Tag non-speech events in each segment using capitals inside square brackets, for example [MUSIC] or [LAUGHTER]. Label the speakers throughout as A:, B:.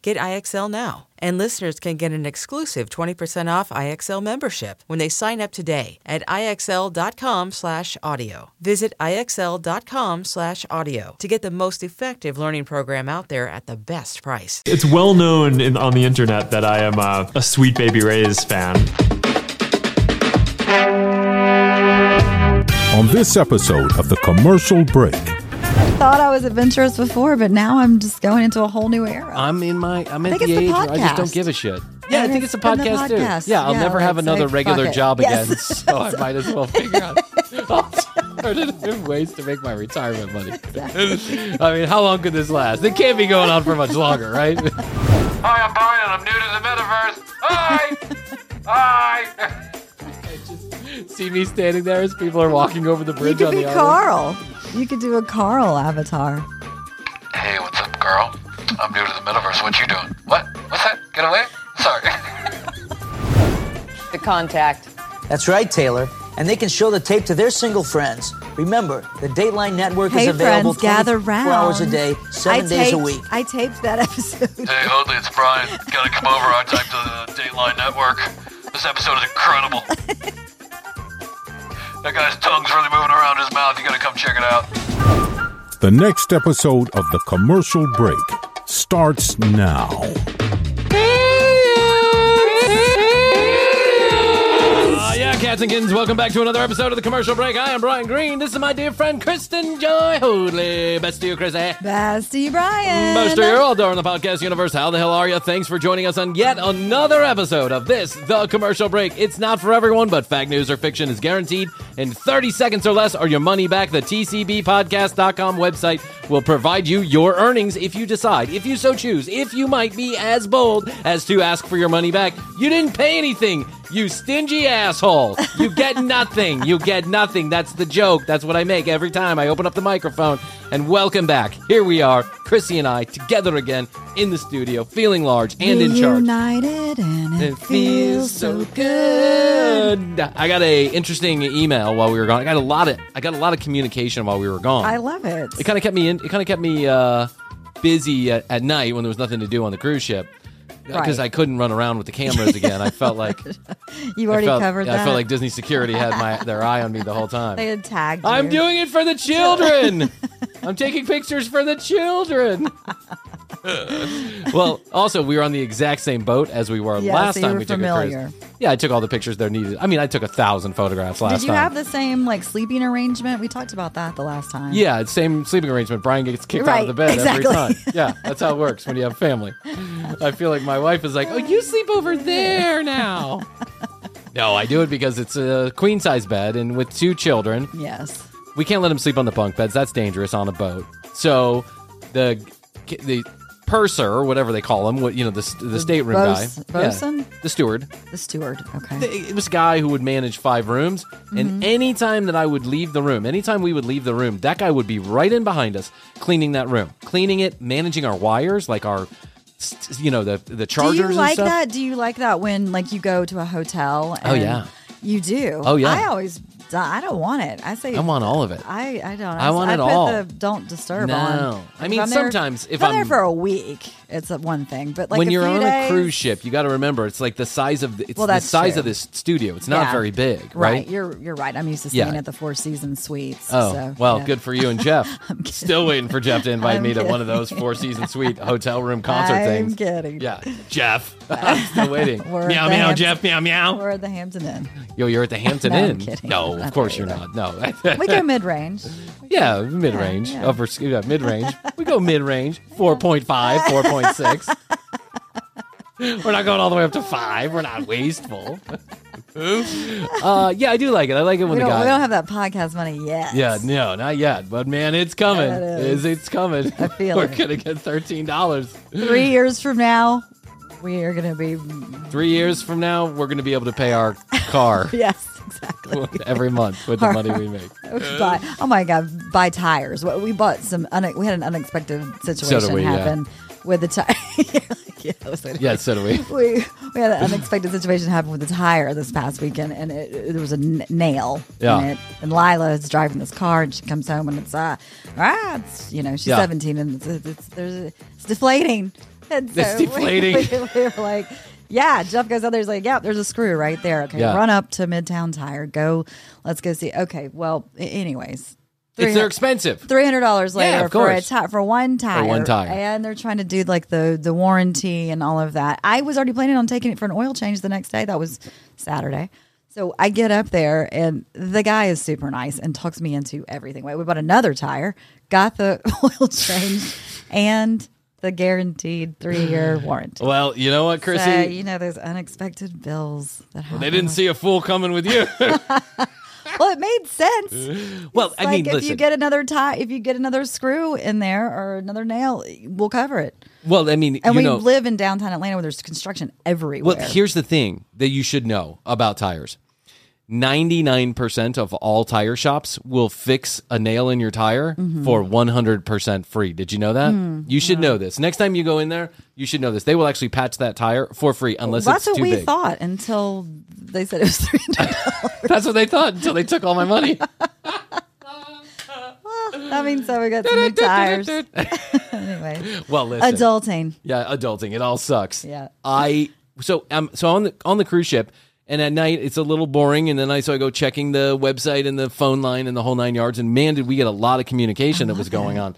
A: Get IXL now. And listeners can get an exclusive 20% off IXL membership when they sign up today at IXL.com slash audio. Visit IXL.com slash audio to get the most effective learning program out there at the best price.
B: It's well known in, on the internet that I am a, a Sweet Baby Ray's fan.
C: On this episode of The Commercial Break,
D: thought I was adventurous before, but now I'm just going into a whole new era.
E: I'm in my I'm at
D: think
E: the
D: it's the
E: age where I just
D: podcast.
E: don't give a shit. Yeah, I
D: And
E: think
D: it's
E: it's a
D: been the
E: podcast, too.
D: podcast.
E: Yeah, I'll
D: Yeah,
E: never have
D: like, say,
E: another regular
D: fuck it.
E: job
D: Yes.
E: again, so
D: [LAUGHS]
E: I might as well figure out [LAUGHS] alternative ways to make my retirement money. I mean, how long could this last? It can't be going on for much longer, right? [LAUGHS]
F: Hi, I'm Brian. I'm new to the metaverse. Hi! Hi!
E: See me standing there as people are walking over the
D: You
E: bridge
D: could
E: on the
D: be
E: island.
D: Carl. You could do a Carl avatar.
F: Hey, what's up, girl? I'm new to the metaverse. What you doing? What? What's that? Get away? Sorry.
G: The contact.
H: That's right, Taylor. And they can show the tape to their single friends. Remember, the Dateline Network
D: Hey,
H: is available
D: friends, gather
H: 24
D: round.
H: hours a day, seven
D: I
H: days a
D: taped-
H: week.
D: I taped that [LAUGHS] episode.
F: [LAUGHS] hey, Hoadley, it's Brian. Gotta come over. I typed to the Dateline Network. This episode is incredible. that guy's tongue's really moving around his mouth. You gotta come check it out.
C: the next episode of The Commercial Break starts now.
E: Uh, yeah, cats and kittens, welcome back to another episode of the commercial break. I am Brian Green. This is my dear friend Kristen Joy Hoadley. Best to you, eh? Chrissy.
D: Best to you, Brian.
E: Most of you all down in the podcast universe. How the hell are you? Thanks for joining us on yet another episode of this, The Commercial Break. It's not for everyone, but fact news or fiction is guaranteed in 30 seconds or less or your money back. The TCBpodcast.com website will provide you your earnings if you decide, if you so choose, if you might be as bold as to ask for your money back. You didn't pay anything. You stingy asshole. You get nothing. You get nothing. That's the joke. That's what I make every time I open up the microphone. And welcome back. Here we are, Chrissy and I, together again in the studio, feeling large and in charge.
D: Reunited and it,
E: It feels so good. I got a interesting email while we were gone. I got a lot of I got a lot of communication while we were gone.
D: I love it.
E: It kind of kept me in. It kind of kept me uh, busy at, at night when there was nothing to do on the cruise ship because
D: Right.
E: I couldn't run around with the cameras again. I
D: [LAUGHS]
E: felt like
D: you already
E: I felt,
D: covered
E: yeah,
D: that.
E: I felt like Disney security had
D: [LAUGHS]
E: my their eye on me the whole
D: they
E: time.
D: had tagged
E: I'm
D: you.
E: doing it for the
D: [LAUGHS]
E: children. I'm taking pictures for the children. well, also we were on the exact same boat as we were
D: Yeah,
E: last
D: so you
E: time
D: were
E: we took a
D: familiar.
E: cruise. Yeah, I took all the pictures there needed. I mean, I took a thousand photographs last
D: Did you
E: time.
D: have the same like sleeping arrangement? We talked about that the last time.
E: Yeah, it's same sleeping arrangement. Brian gets kicked out of
D: Right,
E: the bed
D: exactly.
E: every time. Yeah, that's how it works when you have family. I feel like my wife is like, "Oh, you sleep over there now." No, I do it because it's a queen size bed, and with two children,
D: Yes.
E: we can't let them sleep on the bunk beds. That's dangerous on a boat. So the the purser, or whatever they call him, what you know, the the, stateroom
D: bos-
E: guy, Yeah,
D: bosun?
E: the steward,
D: The steward. Okay.
E: it was a guy who would manage five rooms
D: Mm-hmm.
E: and anytime that i would leave the room anytime we would leave the room that guy would be right in behind us cleaning that room cleaning it managing our wires like our st- you know the the chargers
D: Do you like
E: and stuff
D: that? Do you like that when like you go to a hotel? And
E: Oh, yeah.
D: you do.
E: Oh, yeah.
D: I always don't. I don't want it. I say
E: I want all of it.
D: I, I don't.
E: I want
D: I
E: it
D: put
E: all.
D: The don't disturb
E: No.
D: on.
E: I mean,
D: I'm there-
E: sometimes if
D: I'm there
E: I'm-
D: for a week, it's a one thing. But like
E: when
D: a
E: you're
D: few
E: on
D: days,
E: a cruise ship, you got to remember it's like the size of the, it's
D: Well,
E: the
D: that's
E: size
D: true.
E: of this studio. It's not
D: Yeah.
E: very big,
D: right?
E: right?
D: You're you're right. I'm used to
E: Yeah.
D: staying at the Four Seasons Suites.
E: Oh,
D: so,
E: well,
D: yeah. [LAUGHS]
E: good for you and Jeff. Still waiting for Jeff to invite
D: I'm
E: me to one of
D: kidding.
E: those four season suite hotel room concert
D: [LAUGHS] I'm
E: things.
D: kidding.
E: Yeah, Jeff. [LAUGHS] I'm still waiting.
D: We're
E: meow,
D: at the
E: meow,
D: Hampton-
E: Jeff, meow, meow.
D: We're at the Hampton
E: [LAUGHS]
D: Inn.
E: Yo, you're at the Hampton
D: No, I'm
E: Inn.
D: kidding.
E: No, of
D: Not
E: course you're
D: there
E: not. No. [LAUGHS]
D: We go mid range.
E: yeah, mid range,
D: yeah.
E: upper, sc- yeah, mid range. We go mid
D: [LAUGHS]
E: range, 4.5, 4.6. We're not going all the way up to five. We're not wasteful. [LAUGHS] uh, yeah, I do like it. I like it when
D: We
E: the
D: don't,
E: guy.
D: we don't have that podcast money yet.
E: Yeah, no, not yet. But man, it's coming.
D: It
E: Is.
D: is.
E: It's coming.
D: I
E: [LAUGHS]
D: feel
E: We're
D: it.
E: gonna get thirteen dollars.
D: Three years from now, we are going to be.
E: Three years from now, we're gonna be able to pay our car
D: Yes, exactly. [LAUGHS]
E: [LAUGHS] every month with the money we make.
D: buy, oh my god, buy tires. What we bought some. une- we had an unexpected situation
E: we, yeah.
D: happen with the tire. [LAUGHS] yeah, that was
E: [LAUGHS]
D: it.
E: Yeah, so do we.
D: We, [LAUGHS] we had an unexpected situation happen with the tire this past weekend, and it, it- there was a n- nail
E: Yeah.
D: in it. And Lila is driving this car, and she comes home, and it's uh, ah, it's, you know, she's
E: Yeah.
D: seventeen, and it's, it's, it's there's a- it's deflating. [LAUGHS] And so
E: It's deflating.
D: We, we were like, yeah. Jeff goes out there. He's like, yeah, there's a screw right there. Okay,
E: Yeah.
D: run up to Midtown Tire. Go, let's go see. Okay, well, a- anyways.
E: It's they're expensive.
D: Three hundred dollars later
E: of
D: for a
E: course.
D: tire for one tire,
E: one tire.
D: and they're trying to do like the the warranty and all of that. I was already planning on taking it for an oil change the next day. That was Saturday, so I get up there and the guy is super nice and talks me into everything. Wait, we bought another tire, got the [LAUGHS] oil change, and the guaranteed three year warranty.
E: Well, you know what, Chrissy?
D: So, you know those unexpected bills that happen.
E: they didn't see a fool coming with
D: [LAUGHS]
E: you.
D: Well, it made sense.
E: well,
D: like
E: I mean,
D: if
E: listen.
D: you get another tie, if you get another screw in there or another nail, we'll cover it.
E: well, I mean,
D: And
E: you
D: we
E: know,
D: live in downtown Atlanta where there's construction everywhere.
E: Well, here's the thing that you should know about tires. 99% of all tire shops will fix a nail in your tire
D: Mm-hmm.
E: for 100% free. Did you know that?
D: Hmm.
E: you should know this. Next time you go in there, you should know this. They will actually patch that tire for free unless it's
D: That's what
E: too
D: we
E: big.
D: thought until they said it was [LAUGHS] three hundred.
E: That's what they thought until they took all my money.
D: I mean, so we got some new
E: [LAUGHS]
D: [LAUGHS] tires anyway.
E: well, listen.
D: Adulting.
E: Yeah, adulting. It all sucks.
D: Yeah.
E: I so um so on the on the cruise ship and at night it's a little boring and then I so I go checking the website and the phone line and the whole nine yards and man did we get a lot of communication that was going on.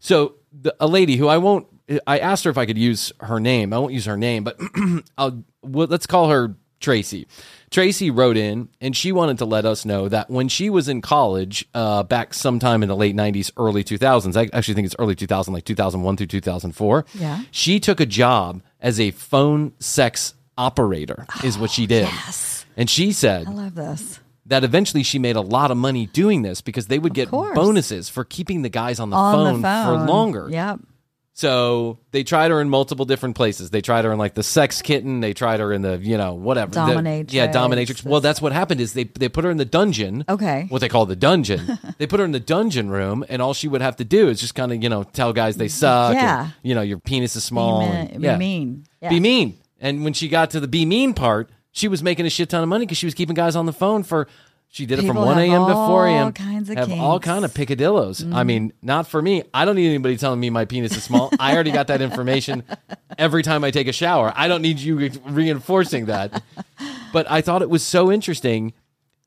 E: So the, a lady who I won't I asked her if I could use her name. I won't use her name, but [CLEARS THROAT] I'll well, let's call her Tracy. Tracy wrote in and she wanted to let us know that when she was in college uh, back sometime in the late 90s, early 2000s, I actually think it's early 2000, like 2001 through 2004.
D: Yeah.
E: She took a job as a phone sex operator, is what
D: Oh,
E: she did. Yes. And she said
D: I love this.
E: that eventually she made a lot of money doing this because they would get
D: course.
E: bonuses for keeping the guys on the,
D: On
E: phone,
D: the phone
E: for longer.
D: Yep.
E: So they tried her in multiple different places. They tried her in like the sex kitten. They tried her in the you know whatever The-
D: Dominatrix.
E: yeah, dominatrix. Well, that's what happened is they they put her in the dungeon.
D: Okay.
E: What they call the
D: [LAUGHS]
E: dungeon. they put her in the dungeon room, and all she would have to do is just kind of you know tell guys they suck. and,
D: Mm-hmm. Yeah.
E: you know your penis is small.
D: Be
E: and-
D: mean.
E: yeah.
D: mean. Yeah.
E: Be mean. And when she got to the be mean part, she was making a shit ton of money because she was keeping guys on the phone for. She did it from
D: People
E: one
D: have
E: a.m. to four a.m.
D: all kinds of
E: have all
D: kinks.
E: kind of picadillos. I mean, not for me. I don't need anybody telling me my penis is small. I already got that information every time I take a shower. I don't need you reinforcing that. But I thought it was so interesting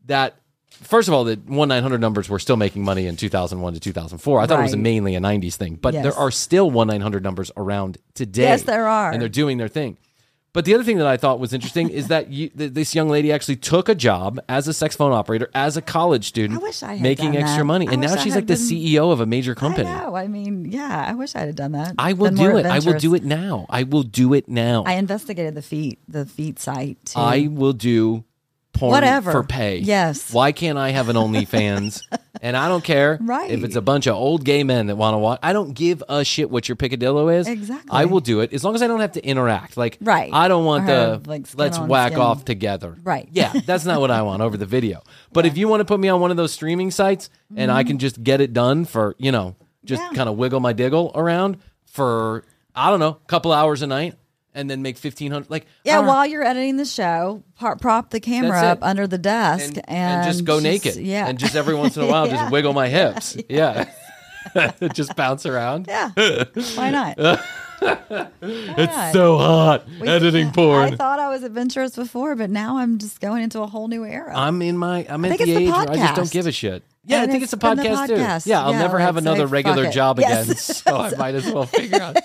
E: that first of all, the one nine hundred numbers were still making money in two thousand one to two thousand four. I thought it was
D: Right.
E: mainly a nineties thing, but
D: Yes.
E: there are still one nine hundred numbers around today.
D: Yes, there are.
E: and they're doing their thing. But the other thing that I thought was interesting is that you, th- this young lady actually took a job as a sex phone operator as a college student,
D: I wish I had
E: making
D: done
E: extra
D: that.
E: money,
D: I
E: and
D: wish
E: now
D: I
E: she's
D: had
E: like the
D: been-
E: CEO of a major
D: I
E: company.
D: know. I mean, yeah. I wish I had done that.
E: I will
D: Been more
E: do it. I will
D: adventurous.
E: do it now. I will do it now.
D: I
E: I,
D: investigated the feet, the feet site. Too.
E: will do porn
D: Whatever.
E: for pay.
D: Yes.
E: Why can't I have an
D: [LAUGHS]
E: OnlyFans? and I don't care
D: Right.
E: if it's a bunch of old gay men that want to watch. I don't give a shit what your picadillo is.
D: Exactly.
E: I will do it as long as I don't have to interact. Like,
D: Right.
E: I don't want
D: Or have,
E: the
D: like, skin
E: let's
D: on
E: whack
D: skin.
E: off together.
D: Right.
E: Yeah, that's not what I want over the
D: [LAUGHS]
E: video. But if you want to put me on one of those streaming sites and I can just get it done for, you know, just
D: Mm-hmm. Yeah.
E: kind of wiggle my diggle around for, I don't know, a couple hours a night, and then make fifteen hundred. Like
D: Yeah,
E: I don't-
D: while you're editing the show, par- prop the camera
E: That's
D: up
E: it.
D: under the desk and,
E: and, and just go naked.
D: Yeah,
E: and just every once in a while,
D: Yeah.
E: just wiggle my hips. Yeah, [LAUGHS] just bounce around. [LAUGHS]
D: [LAUGHS] yeah. Why not? it's
E: So hot editing
D: I
E: porn.
D: thought I was adventurous before, but now I'm just going into a whole new era.
E: I'm in my. I'm at
D: think
E: the
D: it's the
E: age where I just don't
D: podcast.
E: give a shit. Yeah,
D: And
E: I think
D: it's
E: it's a
D: been the
E: podcast,
D: podcast.
E: too. Yeah, I'll
D: Yeah,
E: never have
D: like, say,
E: another
D: fuck
E: regular
D: it.
E: job
D: Yes. [LAUGHS]
E: again, so I might as well figure out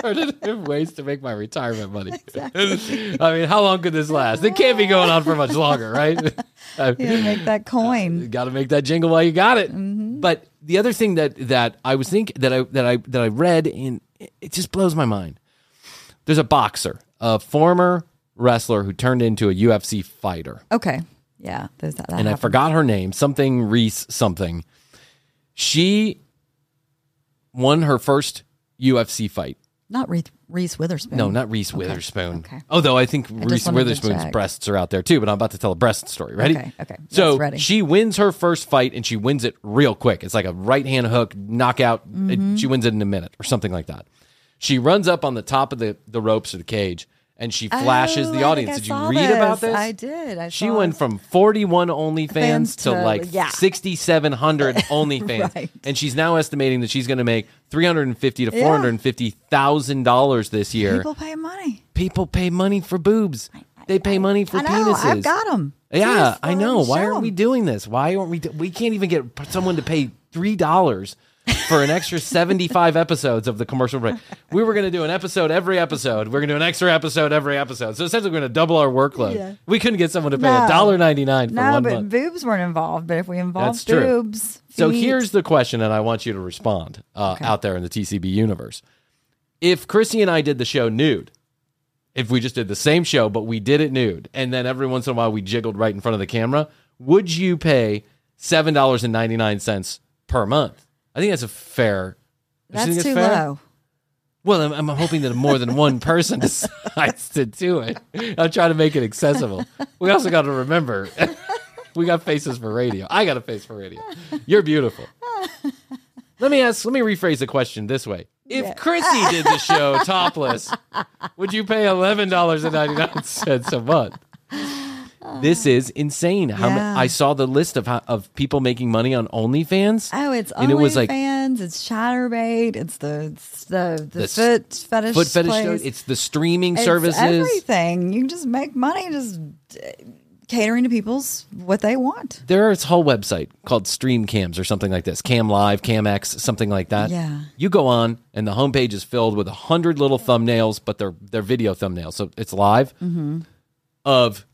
E: alternative ways to make my retirement money. [LAUGHS] I mean, how long could this last? It can't be going on for much longer,
D: [LAUGHS]
E: right? [LAUGHS]
D: You gotta make
E: Uh,
D: that coin.
E: got to make that jingle while you got it.
D: Mm-hmm.
E: But the other thing that that I was think that I that I that I read in it it just blows my mind. There's a boxer, a former wrestler who turned into a UFC fighter,
D: Okay. Yeah. There's that. that
E: and I
D: happened.
E: forgot her name, something Reese something. She won her first UFC fight.
D: Not Reese, Reese Witherspoon.
E: No, not Reese Witherspoon.
D: Okay.
E: Although I think Reese
D: wanted to
E: Witherspoon's
D: check.
E: breasts are out there too, but I'm about to tell a breast story. Ready?
D: Okay, okay. Yes,
E: So
D: ready.
E: she wins her first fight and she wins it real quick. It's like a right hand hook knockout. It-
D: Mm-hmm.
E: she wins it in a minute or something like that. She runs up on the top of the, the ropes of the cage and she flashes
D: Oh,
E: the
D: I think
E: audience.
D: I
E: Did you
D: saw
E: read about this?
D: I did. I
E: She
D: saw
E: went
D: it.
E: from 41 OnlyFans
D: Fans
E: to,
D: to-
E: like
D: yeah. [LAUGHS]
E: 6,700 OnlyFans.
D: Right.
E: And she's now estimating that she's going to make 350 to 450,000 dollars this year
D: People pay money.
E: people pay money for boobs. They pay money for
D: I know.
E: penises.
D: I've got 'em.
E: Yeah,
D: Just
E: I know.
D: fucking
E: Why
D: show
E: aren't we
D: 'em.
E: doing this? Why aren't we? Do- we can't even get someone to pay three dollars for an
D: [LAUGHS]
E: extra seventy-five episodes of the commercial break. We were going to do an episode every episode. We're going to do an extra episode every episode. So essentially, we're going to double our workload.
D: Yeah.
E: We couldn't get someone to pay
D: No.
E: a dollar ninety-nine for
D: No,
E: one
D: but
E: month.
D: boobs weren't involved. But if we involve
E: That's true.
D: boobs,
E: So
D: feet-
E: here's the question, and I want you to respond uh, out there in the TCB universe. If Chrissy and I did the show nude, if we just did the same show, but we did it nude, and then every once in a while we jiggled right in front of the camera, would you pay $7.99 per month? I think that's a fair. don't you
D: that's
E: think
D: too
E: it's fair?
D: low.
E: Well, I'm, I'm hoping that more than one person [LAUGHS] decides to do it. I'm trying to make it accessible. We also got to remember [LAUGHS] we got faces for radio. I got a face for radio. You're beautiful. Let me ask, let me rephrase the question this way. If Chrissy did the
D: [LAUGHS]
E: show topless, would you pay $11.99 a month? This is insane. How ma-
D: Yeah.
E: I saw the list of how, of people making money on OnlyFans.
D: Oh, it's
E: and it was like
D: OnlyFans. it's chatterbait. It's the it's the the,
E: The s-
D: foot fetish
E: foot fetish.
D: place.
E: show. It's the streaming
D: It's
E: services.
D: Everything you can just make money, just uh, catering to people's what they want.
E: there's a whole website called Stream Cams or something like this, Cam Live, CamX, something like that.
D: Yeah.
E: You go on, and the homepage is filled with a hundred little thumbnails, but they're they're video thumbnails, so it's live
D: Mm-hmm.
E: of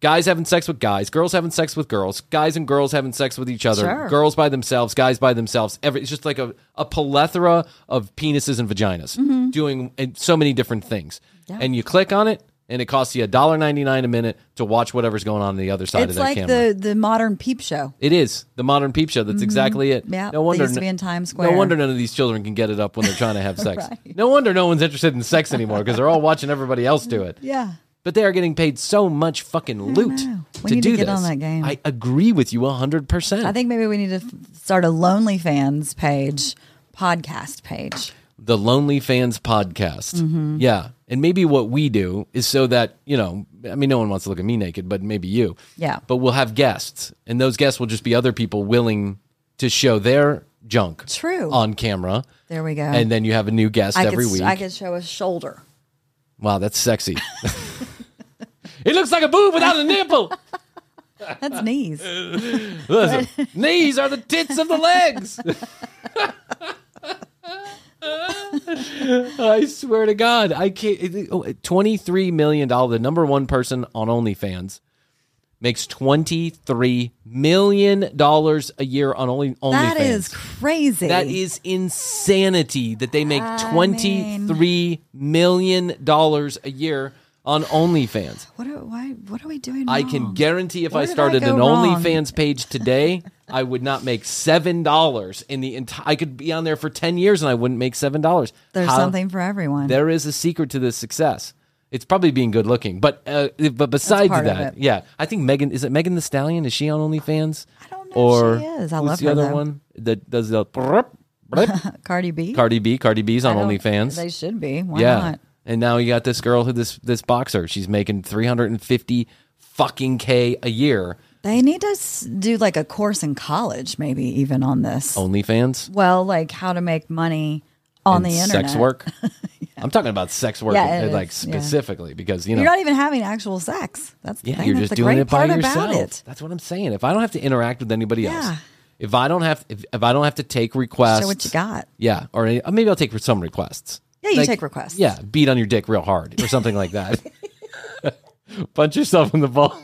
E: guys having sex with guys, girls having sex with girls, guys and girls having sex with each other,
D: Sure.
E: girls by themselves, guys by themselves. Every it's just like a, a plethora of penises and vaginas
D: Mm-hmm.
E: doing and so many different things. And you click on it. And it costs you $1.99 a minute to watch whatever's going on on the other side of
D: it's
E: that
D: like
E: camera.
D: the the modern peep show.
E: It is the modern peep show. That's exactly it.
D: Yeah,
E: no
D: Mm-hmm. they
E: wonder
D: used to be in Times Square.
E: No wonder none of these children can get it up when they're trying to
D: [LAUGHS]
E: have sex.
D: Right.
E: No wonder no one's interested in sex anymore because they're all watching everybody else do it.
D: Yeah,
E: But they are getting paid so much fucking loot
D: know. We
E: to
D: need to
E: do
D: get
E: this.
D: on that game.
E: I agree with you hundred percent.
D: I think maybe we need to f- start a Lonely Fans page, podcast page.
E: the Lonely Fans podcast.
D: Mm-hmm.
E: Yeah, and maybe what we do is so that you know, I mean, no one wants to look at me naked, but maybe you.
D: Yeah.
E: But we'll have guests, and those guests will just be other people willing to show their junk
D: True.
E: on camera.
D: There we go.
E: and then you have a new guest
D: I
E: every
D: could,
E: week.
D: I could show a shoulder.
E: wow, that's
D: [LAUGHS]
E: sexy. [LAUGHS] it looks like a boob without a
D: [LAUGHS]
E: nipple.
D: That's knees.
E: Listen, knees are the tits of the legs. [LAUGHS] I swear to God, I can't. it- oh, Twenty-three million dollars. The number one person on OnlyFans makes twenty-three million dollars a year on Only OnlyFans.
D: That is crazy.
E: That is insanity that they make twenty-three million dollars a year on OnlyFans.
D: What are why? What are we doing?
E: I can
D: [GASPS] wrong?
E: guarantee if
D: Where
E: I
D: did I
E: started
D: go
E: an
D: wrong?
E: OnlyFans page today, I would not make seven dollars in the entire. I could be on there for ten years and I wouldn't make seven dollars.
D: There's something for everyone.
E: There is a secret to this success. It's probably being good looking, but uh, but besides
D: part of
E: that,
D: it.
E: yeah, I think Megan is it Megan the Stallion? Is she on OnlyFans? I
D: don't know if
E: Or
D: she is. I
E: who's
D: love
E: the
D: her,
E: other
D: though.
E: one that does the. [LAUGHS] brrup, brrup?
D: Cardi B.
E: Cardi B. Cardi B's on
D: I don't-
E: OnlyFans.
D: They should be. Why
E: yeah.
D: not?
E: and now you got this girl who this this boxer. She's making three hundred and fifty fucking k a year.
D: They need to s- do like a course in college, maybe even on this.
E: OnlyFans
D: Well, like how to make money on
E: Oh. and
D: the internet.
E: sex
D: [LAUGHS]
E: work. I'm talking about sex work,
D: Yeah,
E: and,
D: it
E: like
D: is, yeah.
E: specifically because you know
D: You're not even having actual sex. That's the
E: Yeah,
D: thing.
E: you're
D: That's
E: just
D: the
E: doing
D: great
E: it by
D: part
E: yourself.
D: about it.
E: That's what I'm saying. If I don't have to interact with anybody
D: Yeah.
E: else, if I don't have if, if I don't have to take requests,
D: Show what you got.
E: Yeah, or any- uh, maybe I'll take some requests.
D: Yeah, you take requests.
E: Yeah, beat on your dick real hard or something like
D: [LAUGHS]
E: that. Punch yourself in the balls.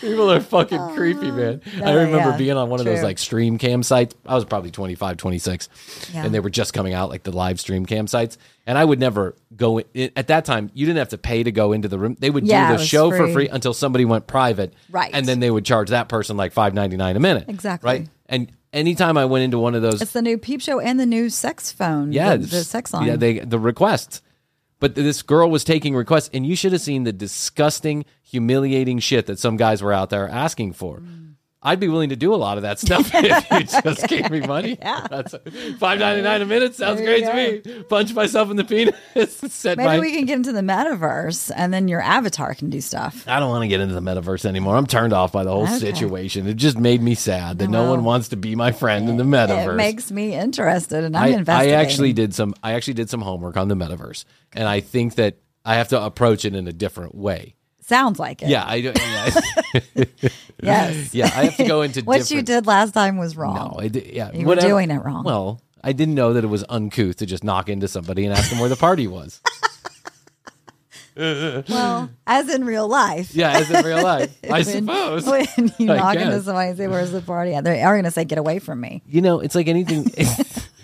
E: People are fucking creepy, man. I
D: no,
E: remember
D: Oh, yeah,
E: being on one of those
D: true.
E: like stream cam sites. I was probably 25, 26,
D: Yeah.
E: and they were just coming out like the live stream cam sites. And I would never go in, at that time. You didn't have to pay to go into the room. They would
D: Yeah,
E: do
D: it
E: the
D: was
E: show for
D: free.
E: free until somebody went private,
D: Right.
E: And then they would charge that person like five ninety nine a minute,
D: Exactly.
E: right? And anytime I went into one of those,
D: It's the new peep show and the new sex phone.
E: yeah,
D: the, the
E: it's-
D: sex line.
E: Yeah, they the requests. But th- this girl was taking requests, and you should have seen the disgusting, humiliating shit that some guys were out there asking for.
D: Mm.
E: I'd be willing to do a lot of that
D: [LAUGHS]
E: stuff if you just gave me money. Yeah, that's five ninety nine a minute sounds
D: There you
E: great to me. Punch myself in the penis. [LAUGHS] set
D: Maybe
E: my-
D: we can get into the metaverse and then your avatar can do stuff.
E: I don't want to get into the metaverse anymore. I'm turned off by the whole
D: Okay.
E: situation. It just made me sad that no
D: Well,
E: one wants to be my friend in the metaverse.
D: It makes me interested and I'm
E: I, I
D: investigating.
E: actually did some I actually did some homework on the metaverse, and I think that I have to approach it in a different way.
D: sounds like it.
E: Yeah, I do. Yeah, I- [LAUGHS]
D: Yes.
E: yeah, I have to go into
D: [LAUGHS] what you
E: different-
D: did last time was wrong.
E: No, I did, yeah,
D: You were doing it wrong.
E: Well, I didn't know that it was uncouth to just knock into somebody and ask them where the party was.
D: well, as in real life.
E: Yeah, as in real
D: [LAUGHS]
E: life, I
D: When-
E: suppose.
D: When you
E: I
D: knock into
E: guess.
D: somebody and say, Where's the party? at?" They are going to say, Get away from me.
E: [LAUGHS] you know, it's like anything. [LAUGHS]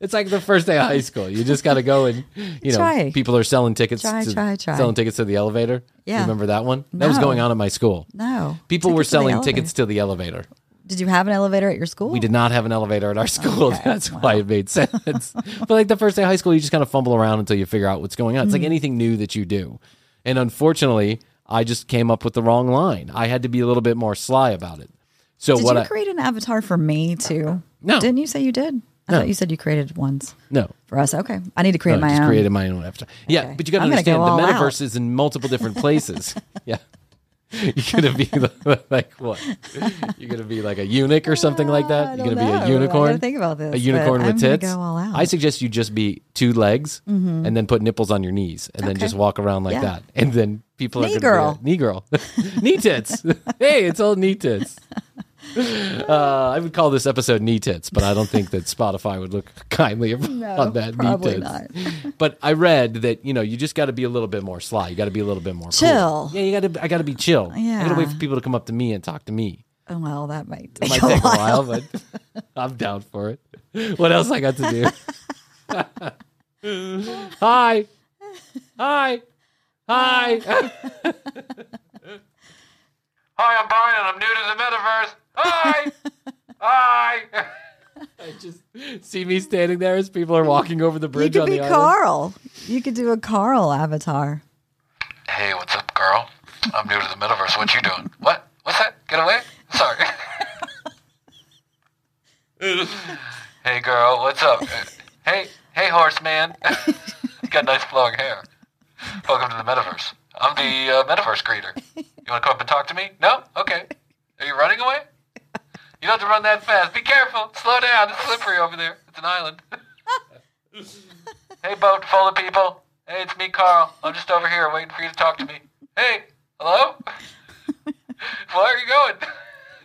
E: It's like the first day of high school. You just got to go and, you know,
D: Try.
E: people are selling tickets.
D: Try,
E: to,
D: try, try.
E: Selling tickets to the elevator.
D: Yeah.
E: Remember that one? That was
D: No.
E: going on at my school.
D: No.
E: People
D: Tickets
E: were
D: to the
E: selling
D: elevator.
E: tickets to the elevator.
D: Did you have an elevator at your school?
E: We did not have an elevator at our school. [LAUGHS] That's why it made sense. [LAUGHS] but like the first day of high school, you just kind of fumble around until you figure out what's going on. It's like
D: Hmm.
E: anything new that you do. And unfortunately, I just came up with the wrong line. I had to be a little bit more sly about it. So
D: Did
E: what
D: you
E: I
D: create an avatar for me too?
E: No.
D: Didn't you say you did? I
E: No.
D: thought you said you created ones
E: no.
D: for us. Okay. I need to create
E: No,
D: my
E: just
D: own.
E: created my own avatar. Yeah,
D: Okay.
E: but you got to
D: I'm gonna
E: understand
D: go
E: the
D: all out.
E: metaverse is in multiple different
D: [LAUGHS]
E: places. [LAUGHS] yeah, you're gonna be [LAUGHS] the- like what? You're gonna be like a eunuch or something like that.
D: Ah, I
E: You're gonna
D: don't
E: be
D: know.
E: a unicorn.
D: I gotta think about this,
E: A unicorn
D: but
E: with
D: I'm gonna
E: tits.
D: go all out. Mm-hmm.
E: I suggest you just be two legs and then put nipples on your knees and then just walk around like
D: Yeah.
E: that. And then people
D: Knee
E: are gonna be
D: girl.
E: like, knee girl, [LAUGHS] knee tits.
D: [LAUGHS]
E: hey, it's all knee tits. Uh, I would call this episode knee tits, but I don't think that Spotify would look [LAUGHS] kindly
D: [LAUGHS]
E: upon that
D: probably
E: knee tits.
D: not.
E: But I read that you know you just got to be a little bit more sly. You got to be a little bit more cool.
D: Chill.
E: Yeah, you got to. I got to be chill. I got to wait
D: Yeah.
E: for people to come up to me and talk to
D: [LAUGHS]
E: me.
D: Oh, well, that might
E: It might
D: take, a
E: take a
D: while.
E: while, but I'm down for it. [LAUGHS] What else I got to do? [LAUGHS] Hi, hi, hi. [LAUGHS]
F: Hi, I'm Brian. I'm new to the metaverse. Hi. Hi. [LAUGHS]
E: just see me standing there as people are walking over the
D: You
E: bridge
D: could
E: on
D: be
E: the island.
D: Carl. You could do a Carl avatar. [LAUGHS]
F: Hey, what's up, girl? I'm new to the metaverse. What you doing? What? What's that? Get away? Sorry. hey, girl. What's up? Hey, hey, horseman. [LAUGHS] you got nice flowing hair. Welcome to the metaverse. I'm the uh, metaverse greeter. You want to come up and talk to me? No? Okay. Are you running away? You don't have to run that fast. Be careful. Slow down. It's slippery over there. It's an island. [LAUGHS] Hey, boat full of people. Hey, it's me, Carl. I'm just over here waiting for you to talk to me. Hey, hello? [LAUGHS] Where are you going?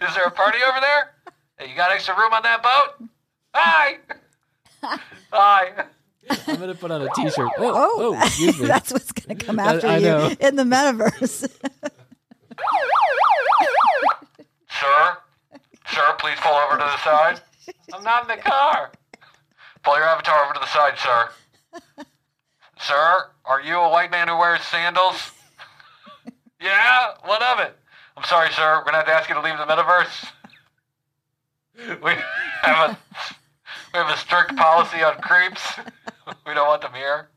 F: [LAUGHS] Is there a party over there? Hey, you got extra room on that boat? Hi! [LAUGHS] Hi.
E: I'm gonna put on a
D: [LAUGHS]
E: t-shirt. Oh, oh, excuse me.
D: That's what's going to come after
E: Mm, I
D: you
E: know.
D: in the metaverse. [LAUGHS]
F: Sir? Sir, please pull over to the side. I'm not in the car. Pull your avatar over to the side, sir. Sir, are you a white man who wears sandals? Yeah? What of it? I'm sorry, sir. We're going to have to ask you to leave the metaverse. We have a, we have a strict policy on creeps. We don't want them here.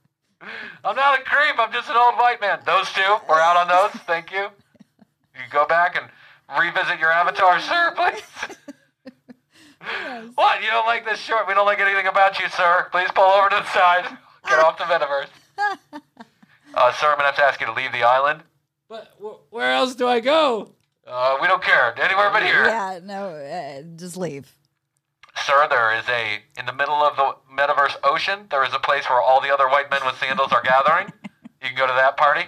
F: I'm not a creep. I'm just an old white man. Those two, we're out on those. Thank you. You go back and revisit your avatar, sir, please. what? You don't like this short? We don't like anything about you, sir. Please pull over to the side. [LAUGHS] Get off the metaverse. Uh, sir, I'm gonna have to ask you to leave the island.
E: But wh- where else do I go?
F: Uh, we don't care. Anywhere but here.
D: yeah, no, uh, just leave.
F: Sir, there is a in the middle of the metaverse ocean. There is a place where all the other white men with sandals are gathering. You can go to that party.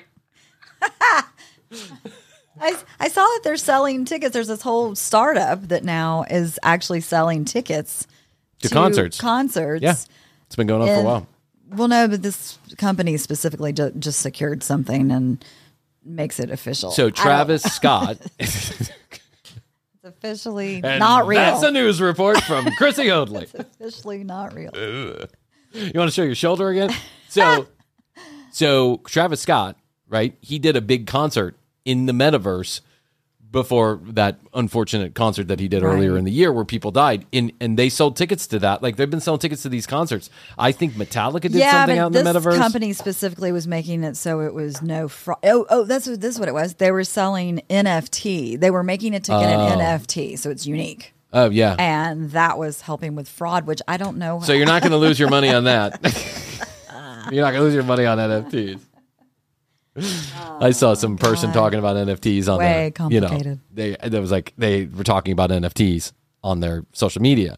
D: I, I saw that they're selling tickets. There's this whole startup that now is actually selling tickets
E: To concerts.
D: Concerts.
E: Yeah. It's been going on for a
D: And-
E: while.
D: Well, no, but this company specifically ju- just secured something and makes it official. I
E: So
D: don't- [LAUGHS]
E: Travis Scott.
D: it's officially
E: And
D: not real.
E: That's a news report
D: [LAUGHS]
E: from Chrissy Hoadley.
D: officially not real.
E: You want to show your shoulder again?
D: [LAUGHS]
E: So, so Travis Scott, right? He did a big concert in the metaverse before that unfortunate concert that he did earlier in the year where people died. In and they sold tickets to that. Like they've been selling tickets to these concerts. I think Metallica did
D: yeah,
E: something
D: but
E: out in the
D: this
E: metaverse.
D: company specifically was making it so it was no fraud. Oh, oh, that's what this is what it was. They were selling NFT. They were making a ticket an NFT, so it's unique,
E: oh yeah.
D: and that was helping with fraud, which I don't know.
E: So you're not going to lose your money on
D: [LAUGHS]
E: that. [LAUGHS] you're not going to lose your money on NFTs. I saw some person talking about NFTs on
D: Oh, Way
E: their, you know,
D: complicated.
E: they that was like they were talking about NFTs on their social media,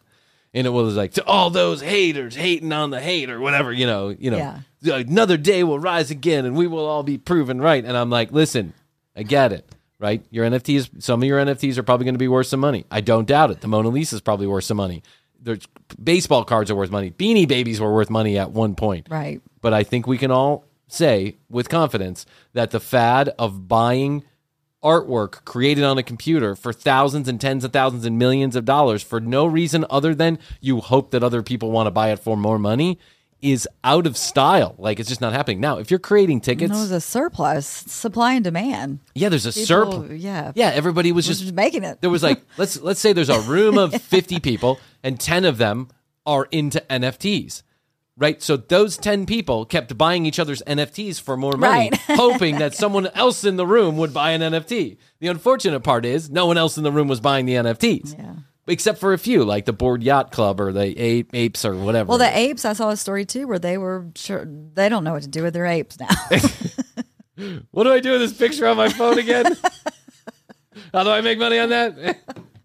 E: and it was like to all those haters hating on the hate or whatever, you know, you know, another day will rise again and we will all be proven right. And I'm like, listen, I get it, right? Your NFTs, some of your NFTs are probably going to be worth some money. I don't doubt it. The Mona Lisa is probably worth some money. There's baseball cards are worth money. Beanie Babies were worth money at one point
D: right?
E: but I think we can all say with confidence that the fad of buying artwork created on a computer for thousands and tens of thousands and millions of dollars for no reason other than you hope that other people want to buy it for more money is out of style. Like it's just not happening. Now, if you're creating
D: It
E: tickets,
D: was a surplus, supply and demand.
E: yeah, there's a
D: People-
E: surplus.
D: yeah.
E: Yeah, everybody was
D: Just,
E: just
D: making it.
E: there was
D: [LAUGHS]
E: like let's let's say there's a room of 50 people and 10 of them are into NFTs. Right? So those 10 people kept buying each other's NFTs for more money,
D: Right. [LAUGHS]
E: hoping that someone else in the room would buy an NFT. The unfortunate part is no one else in the room was buying the NFTs.
D: Yeah.
E: Except for a few, like the Board Yacht Club or the Ape, Apes or whatever.
D: well, the apes. I saw a story too where they were sure they don't know what to do with their apes now. [LAUGHS]
E: what do I do with this picture on my phone [LAUGHS] again? How do I make money on that?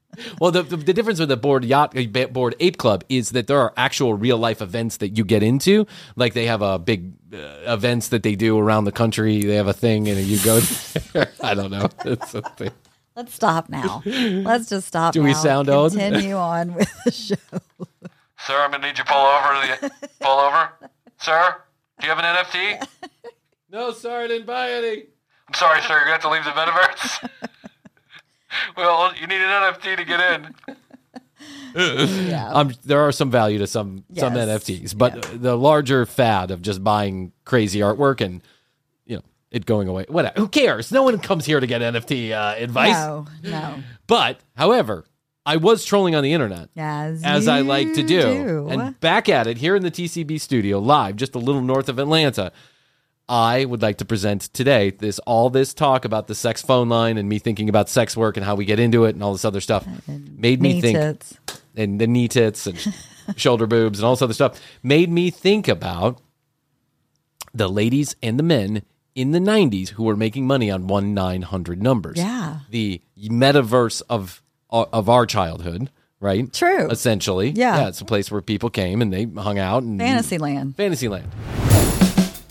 E: [LAUGHS] well, the, the, the difference with the board yacht uh, ba- board ape club is that there are actual real life events that you get into. Like they have a big uh, events that they do around the country. They have a thing, and you go. [LAUGHS] There. I don't know. [LAUGHS] It's a thing.
D: Let's stop
E: [LAUGHS]
D: now. Let's just stop.
E: Do we
D: now.
E: sound old?
D: Continue on with the show.
F: Sir, I'm gonna need you to pull over. To the, pull over. Sir, do you have an NFT?
E: No, sorry, I didn't buy any.
F: I'm sorry, sir. You're gonna have to leave the
G: [LAUGHS]
F: metaverse. well, you need an NFT to get in.
E: Um, there are some value to some some
D: Yes.
E: NFTs, but the larger fad of just buying crazy artwork and you know it going away. What? Who cares? No one comes here to get NFT uh, advice.
D: No, no.
E: But however, I was trolling on the internet
D: As,
E: as I like to
D: you
E: do, and back at it here in the TCB studio, live, just a little north of Atlanta. I would like to present today this all this talk about the sex phone line and me thinking about sex work and how we get into it and all this other stuff made me
D: Knee
E: think
D: tits.
E: and the knee tits and shoulder boobs and all this other stuff made me think about the ladies and the men in the 90s who were making money on 1 900 numbers.
D: Yeah.
E: The metaverse of uh, of our childhood, right?
D: True.
E: Essentially.
D: Yeah.
E: it's a place where people came and they hung out and
D: Fantasyland.
E: Fantasyland.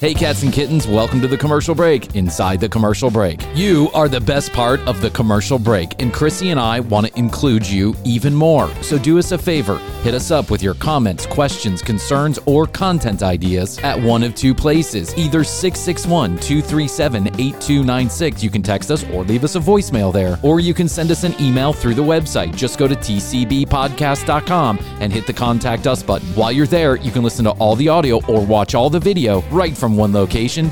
E: Hey, cats and kittens, welcome to the commercial break. Inside the commercial break, you are the best part of the commercial break, and Chrissy and I want to include you even more. So do us a favor hit us up with your comments, questions, concerns, or content ideas at one of two places either 661 237 8296. You can text us or leave us a voicemail there, or you can send us an email through the website. Just go to tcbpodcast.com and hit the contact us button. While you're there, you can listen to all the audio or watch all the video right from from one location,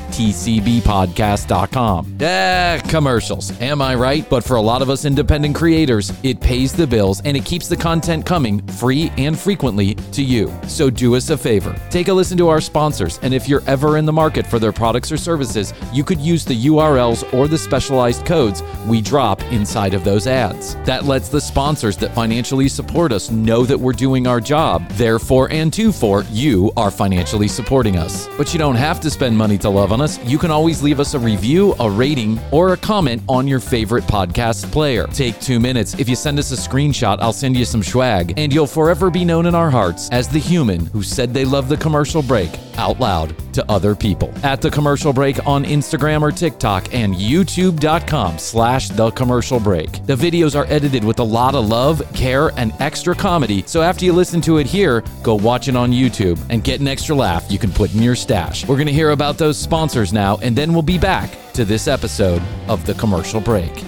E: tcbpodcast.com. Yeah, Eh, commercials. Am I right? But for a lot of us independent creators, it pays the bills and it keeps the content coming free and frequently to you. So do us a favor. Take a listen to our sponsors, and if you're ever in the market for their products or services, you could use the URLs or the specialized codes we drop inside of those ads. That lets the sponsors that financially support us know that we're doing our job. Therefore, and to for, you are financially supporting us. But you don't have to spend money to love on us. You can always leave us a review, a rating, or a comment on your favorite podcast player. Take two minutes. If you send us a screenshot, I'll send you some swag, and you'll forever be known in our hearts as the human who said they love the commercial break out loud to other people. At the commercial break on Instagram or TikTok and youtube.com slash the commercial break. The videos are edited with a lot of love, care, and extra comedy. So after you listen to it here, go watch it on YouTube and get an extra laugh you can put in your stash. We're going to hear about those sponsors now, and then we'll be back to this episode of the commercial break.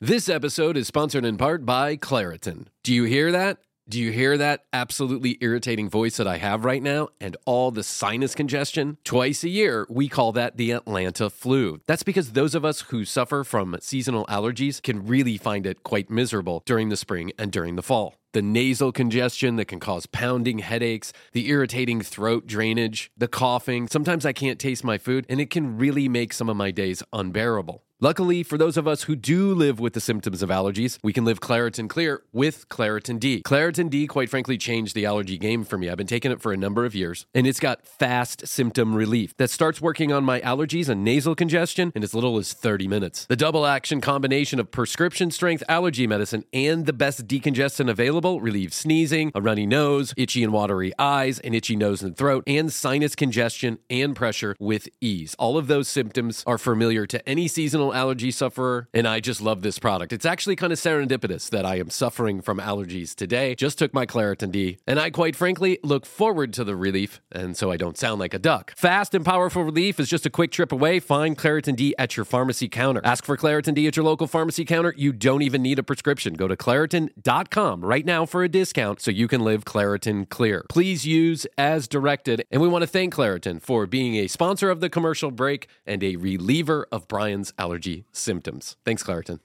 E: This episode is sponsored in part by Claritin. Do you hear that? Do you hear that absolutely irritating voice that I have right now and all the sinus congestion? Twice a year, we call that the Atlanta flu. That's because those of us who suffer from seasonal allergies can really find it quite miserable during the spring and during the fall the nasal congestion that can cause pounding headaches, the irritating throat drainage, the coughing. Sometimes I can't taste my food, and it can really make some of my days unbearable. Luckily, for those of us who do live with the symptoms of allergies, we can live Claritin Clear with Claritin D. Claritin D, quite frankly, changed the allergy game for me. I've been taking it for a number of years, and it's got fast symptom relief that starts working on my allergies and nasal congestion in as little as 30 minutes. The double action combination of prescription strength allergy medicine and the best decongestant available relieves sneezing, a runny nose, itchy and watery eyes, an itchy nose and throat, and sinus congestion and pressure with ease. All of those symptoms are familiar to any seasonal allergy sufferer, and I just love this product. It's actually kind of serendipitous that I am suffering from allergies today. Just took my Claritin D, and I quite frankly look forward to the relief, and so I don't sound like a duck. Fast and powerful relief is just a quick trip away. Find Claritin D at your pharmacy counter. Ask for Claritin D at your local pharmacy counter. You don't even need a prescription. Go to Claritin.com right now for a discount so you can live Claritin clear. Please use as directed, and we want to thank Claritin for being a sponsor of the commercial break and a reliever of Brian's allergy symptoms. Thanks, Claritin.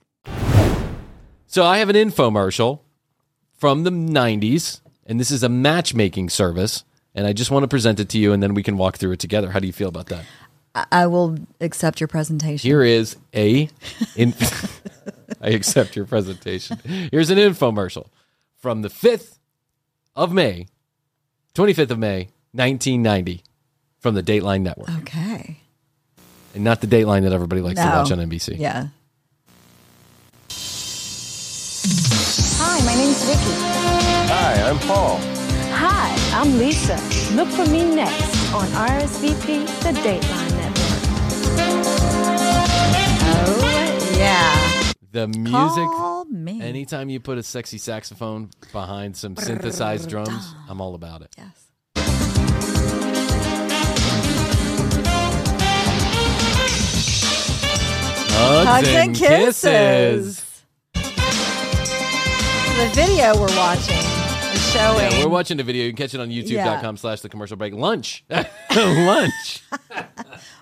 E: So I have an infomercial from the 90s, and this is a matchmaking service. And I just want to present it to you, and then we can walk through it together. How do you feel about that?
D: I, I will accept your presentation.
E: Here is a. In- [LAUGHS] I accept your presentation. Here's an infomercial from the 5th of May, 25th of May, 1990, from the Dateline Network.
D: Oh. okay.
E: And not the Dateline that everybody likes to
D: No.
E: watch on NBC.
D: Yeah.
G: Hi, my name's Vicky.
I: Hi, I'm Paul.
G: Hi, I'm Lisa. Look for me next on RSVP, the Dateline Network.
D: Oh yeah.
E: The music.
D: Call me.
E: Anytime you put a sexy saxophone behind some synthesized drums, I'm all about it.
D: yes.
E: Hugs,
D: Hugs and kisses. The video we're watching is showing.
E: Yeah, we're watching the video. You can catch it on youtube.com slash the commercial break. Lunch. [LAUGHS] Lunch.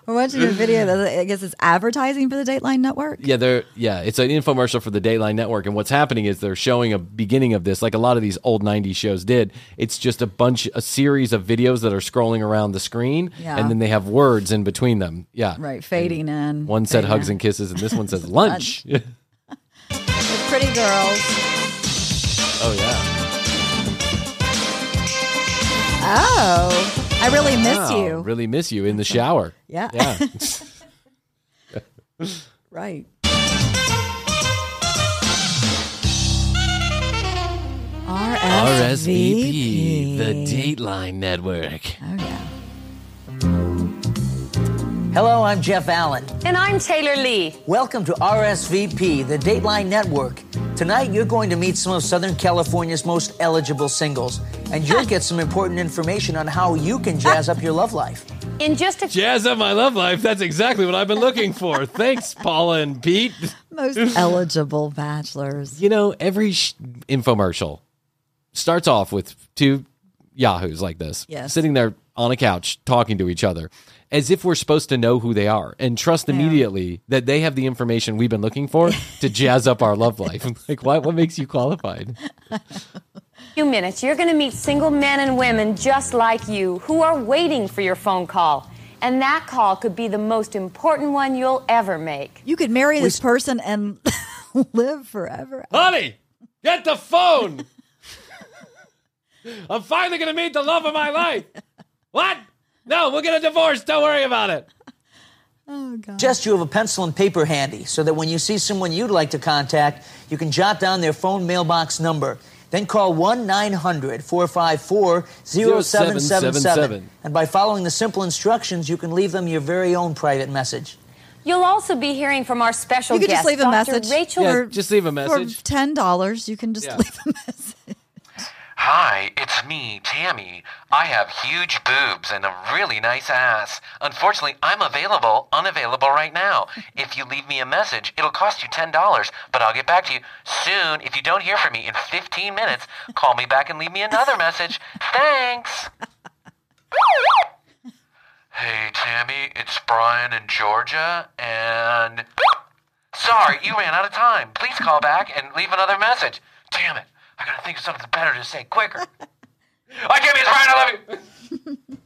D: We're watching a video that I guess is advertising for the Dateline Network.
E: Yeah, they're yeah, it's an infomercial for the Dayline Network, and what's happening is they're showing a beginning of this, like a lot of these old '90s shows did. It's just a bunch, a series of videos that are scrolling around the screen,
D: Yeah.
E: and then they have words in between them. Yeah,
D: Right, fading in.
E: One said
D: fading
E: hugs
D: in.
E: and kisses, and this one
D: [LAUGHS]
E: says lunch. [LAUGHS]
D: The pretty girls.
E: oh yeah,
D: Oh, I really miss
E: Wow,
D: you.
E: Really miss you in the
D: [LAUGHS]
E: shower.
D: Yeah.
E: yeah. [LAUGHS]
D: Right. RSVP.
E: RSVP, the Dateline Network.
D: Oh yeah.
H: Hello, I'm Jeff Allen.
G: And I'm Taylor Lee.
H: Welcome to RSVP, the Dateline Network. Tonight, you're going to meet some of Southern California's most eligible singles, and you'll get some important information on how you can jazz up your love life.
G: In just a
E: Jazz up my love life. That's exactly what I've been looking for. Thanks, Paula and Pete. [LAUGHS]
D: Most eligible bachelors.
E: You know, every sh- infomercial starts off with two yahoos like this,
D: Yes.
E: sitting there on a couch talking to each other as if we're supposed to know who they are and trust immediately that they have the information we've been looking for [LAUGHS] to jazz up our love life. [LAUGHS] like, what, what makes you qualified?
G: few minutes, you're going to meet single men and women just like you who are waiting for your phone call. And that call could be the most important one you'll ever make.
D: You could marry this person and live forever.
E: Honey, get the [LAUGHS] phone. I'm finally going to meet the love of my life. What? No, we'll get a divorce. Don't worry about it.
H: Just you have a pencil and paper handy so that when you see someone you'd like to contact, you can jot down their phone mailbox number. Then call 1 900 454 0777. And by following the simple instructions, you can leave them your very own private message.
G: You'll also be hearing from our special
D: You could
G: guest,
D: just leave a
G: Dr.
D: message.
G: Rachel.
E: Yeah, just leave a message.
D: For ten dollars, you can just
E: Yeah.
D: leave a message.
F: Hi, it's me, Tammy. I have huge boobs and a really nice ass. Unfortunately, I'm available, unavailable right now. If you leave me a message, it'll cost you $10, but I'll get back to you soon. If you don't hear from me in 15 minutes, call me back and leave me another message. Thanks. Hey, Tammy, it's Brian in Georgia, and. Sorry, you ran out of time. Please call back and leave another message. Damn it. I gotta think of something better to say quicker. I can't be as Brian, I love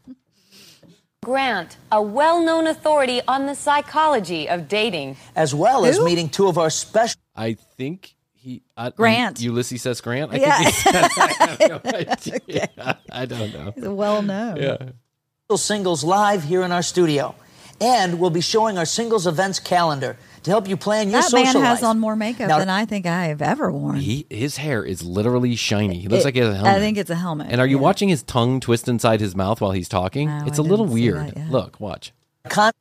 F: you.
G: [LAUGHS] Grant, a well known authority on the psychology of dating.
H: As well as meeting two of our special
E: I think he I,
D: Grant.
E: U- Ulysses S. Grant. I
D: Yeah.
E: think he said,
D: [LAUGHS]
E: I, have no idea. I don't know.
D: Well known.
H: singles live here in our studio. And we'll be showing our singles events calendar to help you plan your
D: That man
H: social life.
D: has on more makeup
H: Now-
D: than I think I have ever worn.
E: He his hair is literally shiny. He looks
D: It-
E: like he has a helmet.
D: I think it's a helmet.
E: And are you
D: yeah. [LAUGHS]
E: watching his tongue twist inside his mouth while he's talking?
D: No,
E: it's
D: I
E: a little
D: didn't see
E: weird.
D: that yet.
E: Look, watch.
H: Contact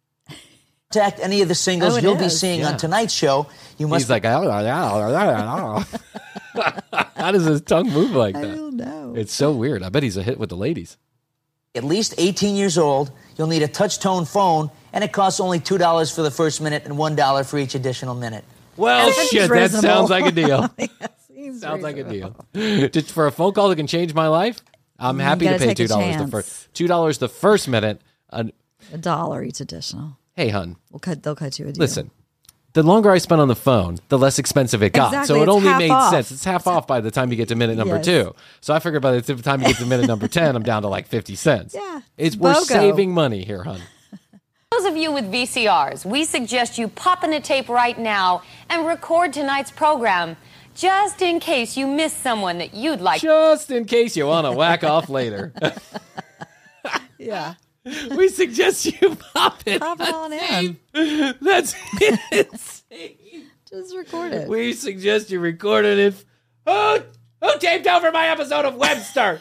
H: any of the singles
D: Oh, it
H: you'll be
D: is.
H: seeing
E: Yeah.
H: on tonight's show. You must
E: He's like, "Ah, ah, ah, ah, ah." [LAUGHS] how does his tongue move like
D: I
E: that?
D: don't know.
E: It's so weird. I bet he's a hit with the ladies.
H: at least 18 years old. You'll need a touch tone phone, and it costs only $2 for the first minute and $1 for each additional minute.
E: Well,
D: That seems
E: shit, that
D: reasonable.
E: sounds like a
D: [LAUGHS]
E: deal.
D: Yeah, seems
E: sounds like a
D: reasonable.
E: deal. [LAUGHS] Just for a phone call that can change my life, I'm happy to
D: gotta
E: pay
D: take a
E: two dollars the
D: chance.
E: first two dollars the first minute. And
D: A dollar each additional.
E: hey, hun,
D: We'll cut. They'll cut you a deal.
E: listen. The longer I spent on the phone, the less expensive it got.
D: Exactly,
E: So it
D: it's
E: only
D: half
E: made
D: off.
E: sense. It's half off by the time you get to minute number
D: Yes.
E: two. So I figured by the time you get to minute number ten, I'm down to like fifty cents.
D: Yeah,
E: it's
D: it's
E: we're
D: BOGO.
E: saving money here, hun.
G: Those of you with VCRs, we suggest you pop in a tape right now and record tonight's program just in case you miss someone that you'd like
E: Just in case you want to whack off later,
D: [LAUGHS] Yeah.
E: [LAUGHS] we suggest you pop it.
D: Pop it on in.
E: [LAUGHS] That's
D: Just record it.
E: We suggest you record it if who who taped over my episode of Webster.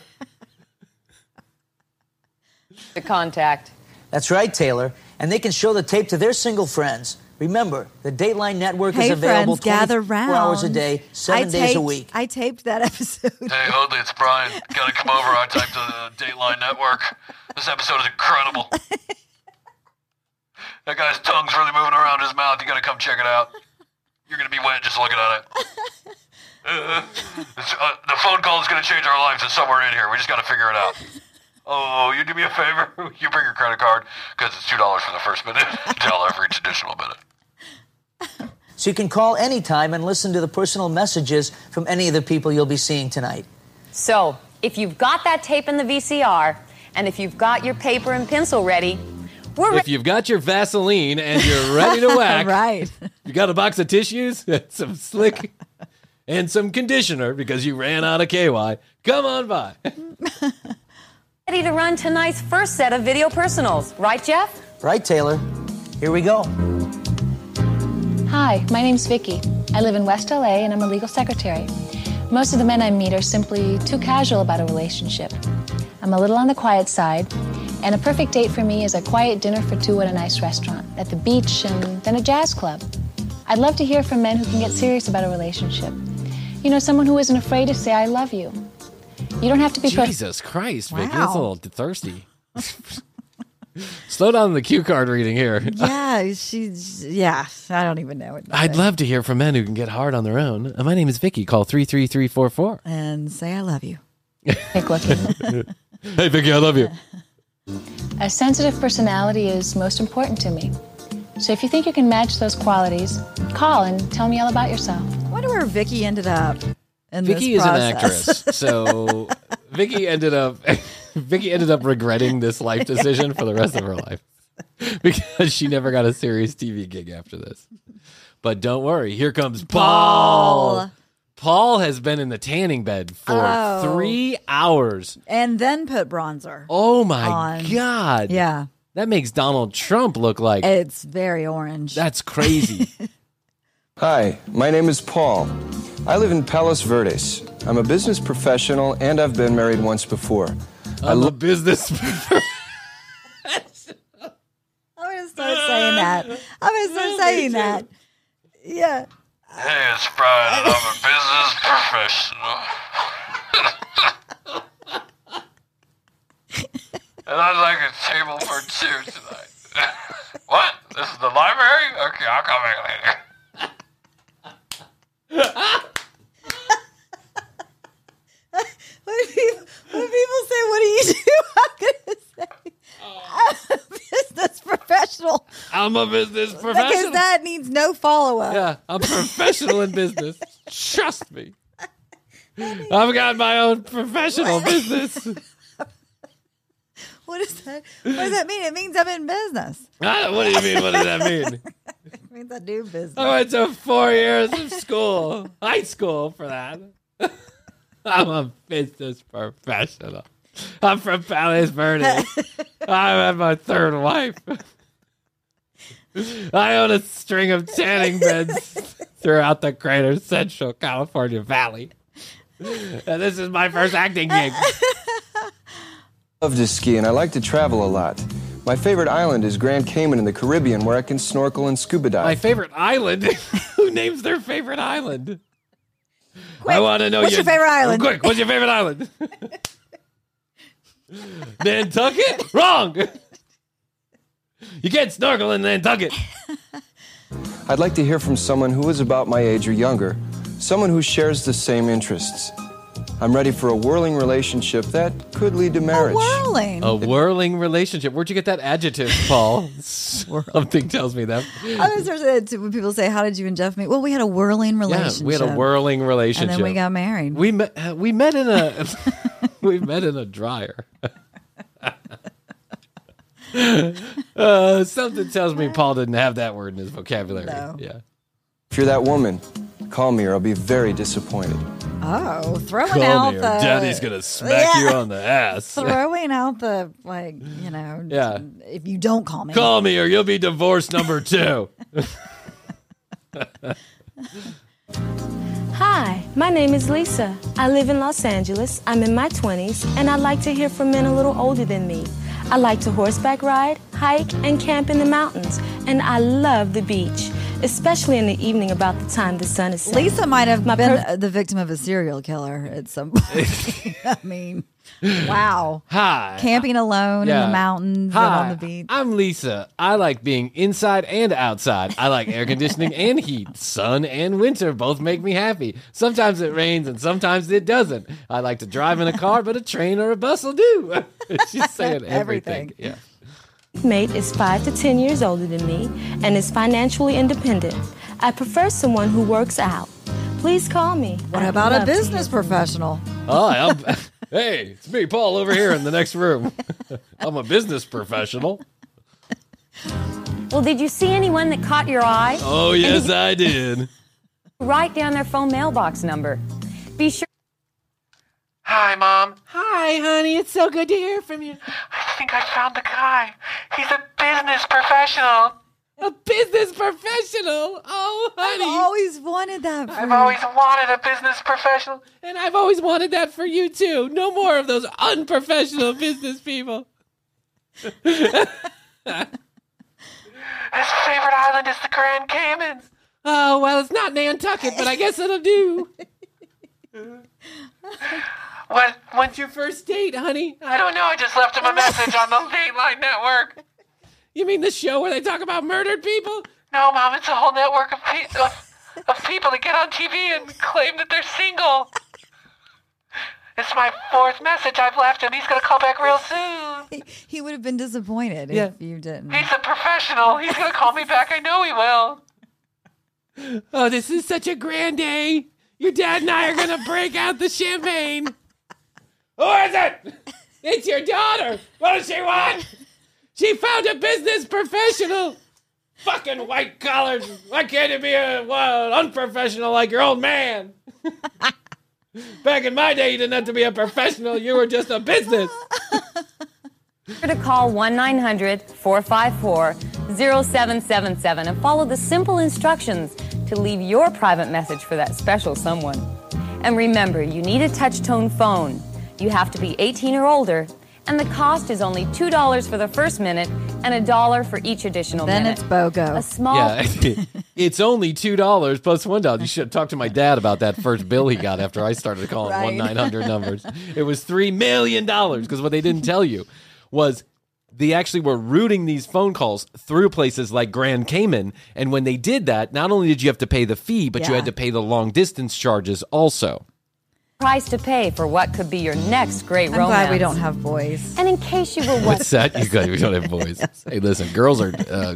G: to contact.
H: That's right, Taylor. And they can show the tape to their single friends. Remember, the Dateline Network is
D: Hey
H: available
D: friends, gather
H: 24
D: round.
H: hours a day, seven
D: I
H: days a
D: taped-
H: week.
D: I taped that [LAUGHS] episode.
F: Hey, Hoadley, it's Brian. Gotta come over. I typed to the Dateline Network. This episode is incredible. That guy's tongue's really moving around his mouth. You gotta come check it out. You're gonna be wet just looking at it. Uh, it's- uh, the phone call is gonna change our lives. It's somewhere in here. We just gotta figure it out. Oh, you do me a favor. [LAUGHS] You bring your credit card because it's two dollars for the first minute, [LAUGHS] dollar for each additional minute.
H: So you can call anytime and listen to the personal messages from any of the people you'll be seeing tonight.
G: So, if you've got that tape in the VCR, and if you've got your paper and pencil ready,
E: [LAUGHS]
G: we're
E: If
G: ready
E: you've got your Vaseline and you're ready [LAUGHS] to whack,
D: right.
E: you got a box of tissues, [LAUGHS] some slick, and some conditioner because you ran out of KY. Come on [LAUGHS] by.
G: to run tonight's first set of video personals, right, Jeff?
H: Right, Taylor? Here we go.
I: Hi, my name's Vicky. I live in West LA and I'm a legal secretary. Most of the men I meet are simply too casual about a relationship. I'm a little on the quiet side, and a perfect date for me is a quiet dinner for two at a nice restaurant, at the beach, and then a jazz club. I'd love to hear from men who can get serious about a relationship. You know, someone who isn't afraid to say, I love you. You don't have to be perfect.
E: Jesus Christ, Vicky,
D: Wow.
E: that's a little thirsty. [LAUGHS] Slow down the cue card reading here.
D: Yeah, she's. Yeah, I don't even know it.
E: I'd love to hear from men who can get hard on their own. Uh, My name is Vicky. Call 33344.
D: and say I love you.
I: looking.
F: Hey, Vicky, I love you.
I: A sensitive personality is most important to me. So if you think you can match those qualities, call and tell me all about yourself.
D: I wonder where Vicky ended up. In
F: Vicky
D: this
F: is an
D: process.
F: actress, so Vicky ended up [LAUGHS] Vicky ended up regretting this life decision for the rest of her
D: [LAUGHS]
F: life because she never got a serious TV gig after this. But don't worry, here comes Paul. Paul, has been in the tanning bed for
D: Oh.
F: three hours.
D: [LAUGHS] and then put bronzer.
F: Oh my
D: On.
F: god!
D: Yeah,
F: that makes Donald Trump look like
D: it's very orange.
F: that's
D: [LAUGHS]
F: crazy.
J: Hi, my name is Paul. I live in Palos Verdes. I'm a business professional and I've been married once before.
F: I'm
J: I
F: a
J: love
F: business. [LAUGHS]
D: I'm gonna
F: [LAUGHS]
D: start saying that. I'm gonna start saying that. Yeah.
K: Hey, it's Brian. I'm a business professional. and I'd like a table for two tonight. [LAUGHS] what? This is the library? Okay, I'll come back later.
D: When people, when people say, "What do you do?" [LAUGHS] I'm gonna say, "I'm a business professional,"
F: I'm a business
D: because
F: professional.
D: that needs no follow up.
F: Yeah, I'm professional in business. Trust me. I've got my own professional business.
D: What is that? What does that mean? It means I'm in business.
F: Ah, what do you mean? What does that mean?
D: It means I
F: [LAUGHS]
D: do business.
F: Oh, I went to four years of school, [LAUGHS] high school for that. [LAUGHS] I'm a business professional. I'm from Palos [LAUGHS] Verdes. I'm at my third wife. [LAUGHS] I own a string of tanning [LAUGHS] beds throughout the greater central California Valley. And this is my first acting [LAUGHS] gig.
J: to ski and I like to travel a lot. My favorite island is Grand Cayman in the Caribbean where I can snorkel and
F: My
J: scuba dive.
F: favorite island. [LAUGHS] Who names their favorite island? I want to know
D: what's your favorite island?
F: Quick, what's your favorite
D: [LAUGHS]
F: island? Nantucket? Wrong. You can't snorkel in Nantucket.
J: I'd like to hear from someone who is about my age or younger, someone who shares the same interests. I'm ready for a whirling relationship that could lead to marriage.
D: Oh, Whirling.
F: A whirling relationship. Where'd you get that adjective, Paul? Something tells me that.
D: I was sort of saying to- when people say, "How did you and Jeff meet?" Well, we had a whirling
F: Yeah,
D: relationship.
F: we had a whirling
D: and
F: relationship.
D: then we got married.
F: We met. uh, We met in a.
D: [LAUGHS]
F: [LAUGHS] we met in a dryer. uh, something tells me Paul didn't have that word in his vocabulary.
D: No.
F: Yeah.
J: If you're that woman, call me or I'll be very disappointed.
D: [LAUGHS] oh, throwing
F: Call
D: out
F: me, or
D: the
F: Daddy's gonna smack
D: Yeah.
F: you on the ass.
D: throwing out the like you know
F: Yeah.
D: if you don't call me
F: Call me, or you'll be divorce number
D: [LAUGHS]
F: two.
L: Hi, my name is Lisa. I live in Los Angeles. I'm in my 20s, and I like to hear from men a little older than me. I like to horseback ride, hike, and camp in the mountains, and I love the beach, especially in the evening about the time the sun is setting.
D: Lisa might have
L: My
D: been
L: per-
D: uh, the victim of a serial killer at some point. [LAUGHS] I mean, wow.
F: Hi.
D: Camping alone in
F: Yeah.
D: the mountains
F: Hi,
D: and on the beach.
F: I'm Lisa. I like being inside and outside. I like air conditioning and heat. Sun and winter both make me happy. Sometimes it rains and sometimes it doesn't. I like to drive in a car, but a train or a bus will do. [LAUGHS] She's saying everything.
D: [LAUGHS] Everything.
F: Yeah.
L: mate is 5 to 10 years older than me and is financially independent. I prefer someone who works out. Please call me.
D: What about a business professional?
F: Hi, I'm. [LAUGHS] hey, it's me, Paul, over here in the next room. [LAUGHS] I'm a business professional.
G: Well, did you see anyone that caught your eye?
F: Oh yes, I did.
G: Write down their phone mailbox number. Be sure
K: Hi, Mom.
F: Hi, honey. It's so good to hear from you.
K: I think I found the guy. He's a business professional.
F: A business professional. Oh,
D: I've always wanted that. For
K: I've always wanted a business professional.
F: And I've always wanted that for you too. No more of those unprofessional business people.
K: His favorite island is the Grand Cayman.
F: Oh, well, it's not Nantucket, but I guess it'll do.
K: What? When
F: It's your [LAUGHS] first date, honey.
K: I don't know. Oh, I just left him a message on the
L: [LAUGHS]
K: Dateline Network.
F: You mean the show where they talk about murdered people?
K: No, Mom, it's a whole network of, pe- of, of people that get on TV and claim that they're single.
F: It's my fourth message I've left him. He's going to call back real soon.
D: He, he would have been disappointed
F: Yeah.
D: if you didn't.
F: He's a professional. He's going to call me back. I know he will.
E: Oh, this is such a grand day. Your dad and I are going to break out the champagne. Who is it? It's your daughter. What does she want? She found a business professional. Fucking white collar. Why can't you be a, well, unprofessional like your old [LAUGHS] man? Back in my day, you didn't have to be a professional. You were just a business.
G: to call 1 900 454 0777 and follow the simple instructions to leave your private message for that special someone. And remember, you need a touch tone phone. You have to be 18 or older, and the cost is only $2 for the first minute and a dollar for each additional
D: Then
G: minute.
D: it's BOGO.
G: A small
E: Yeah, [LAUGHS] it's only two dollars plus one dollar. You should have talked to my dad about that first bill he got after I started calling
D: Right.
E: one nine hundred numbers. It was three million dollars because what they didn't tell you was they actually were routing these phone calls through places like Grand Cayman, and when they did that, not only did you have to pay the fee, but you
G: Yeah.
E: had to pay the long distance charges also.
G: price to pay for what could be your next great
D: I'm
G: romance.
D: glad we don't have boys.
G: And in case you were
E: [LAUGHS]
G: wondering,
E: What's that? You guys, we don't have boys. Hey, listen, girls are. Uh,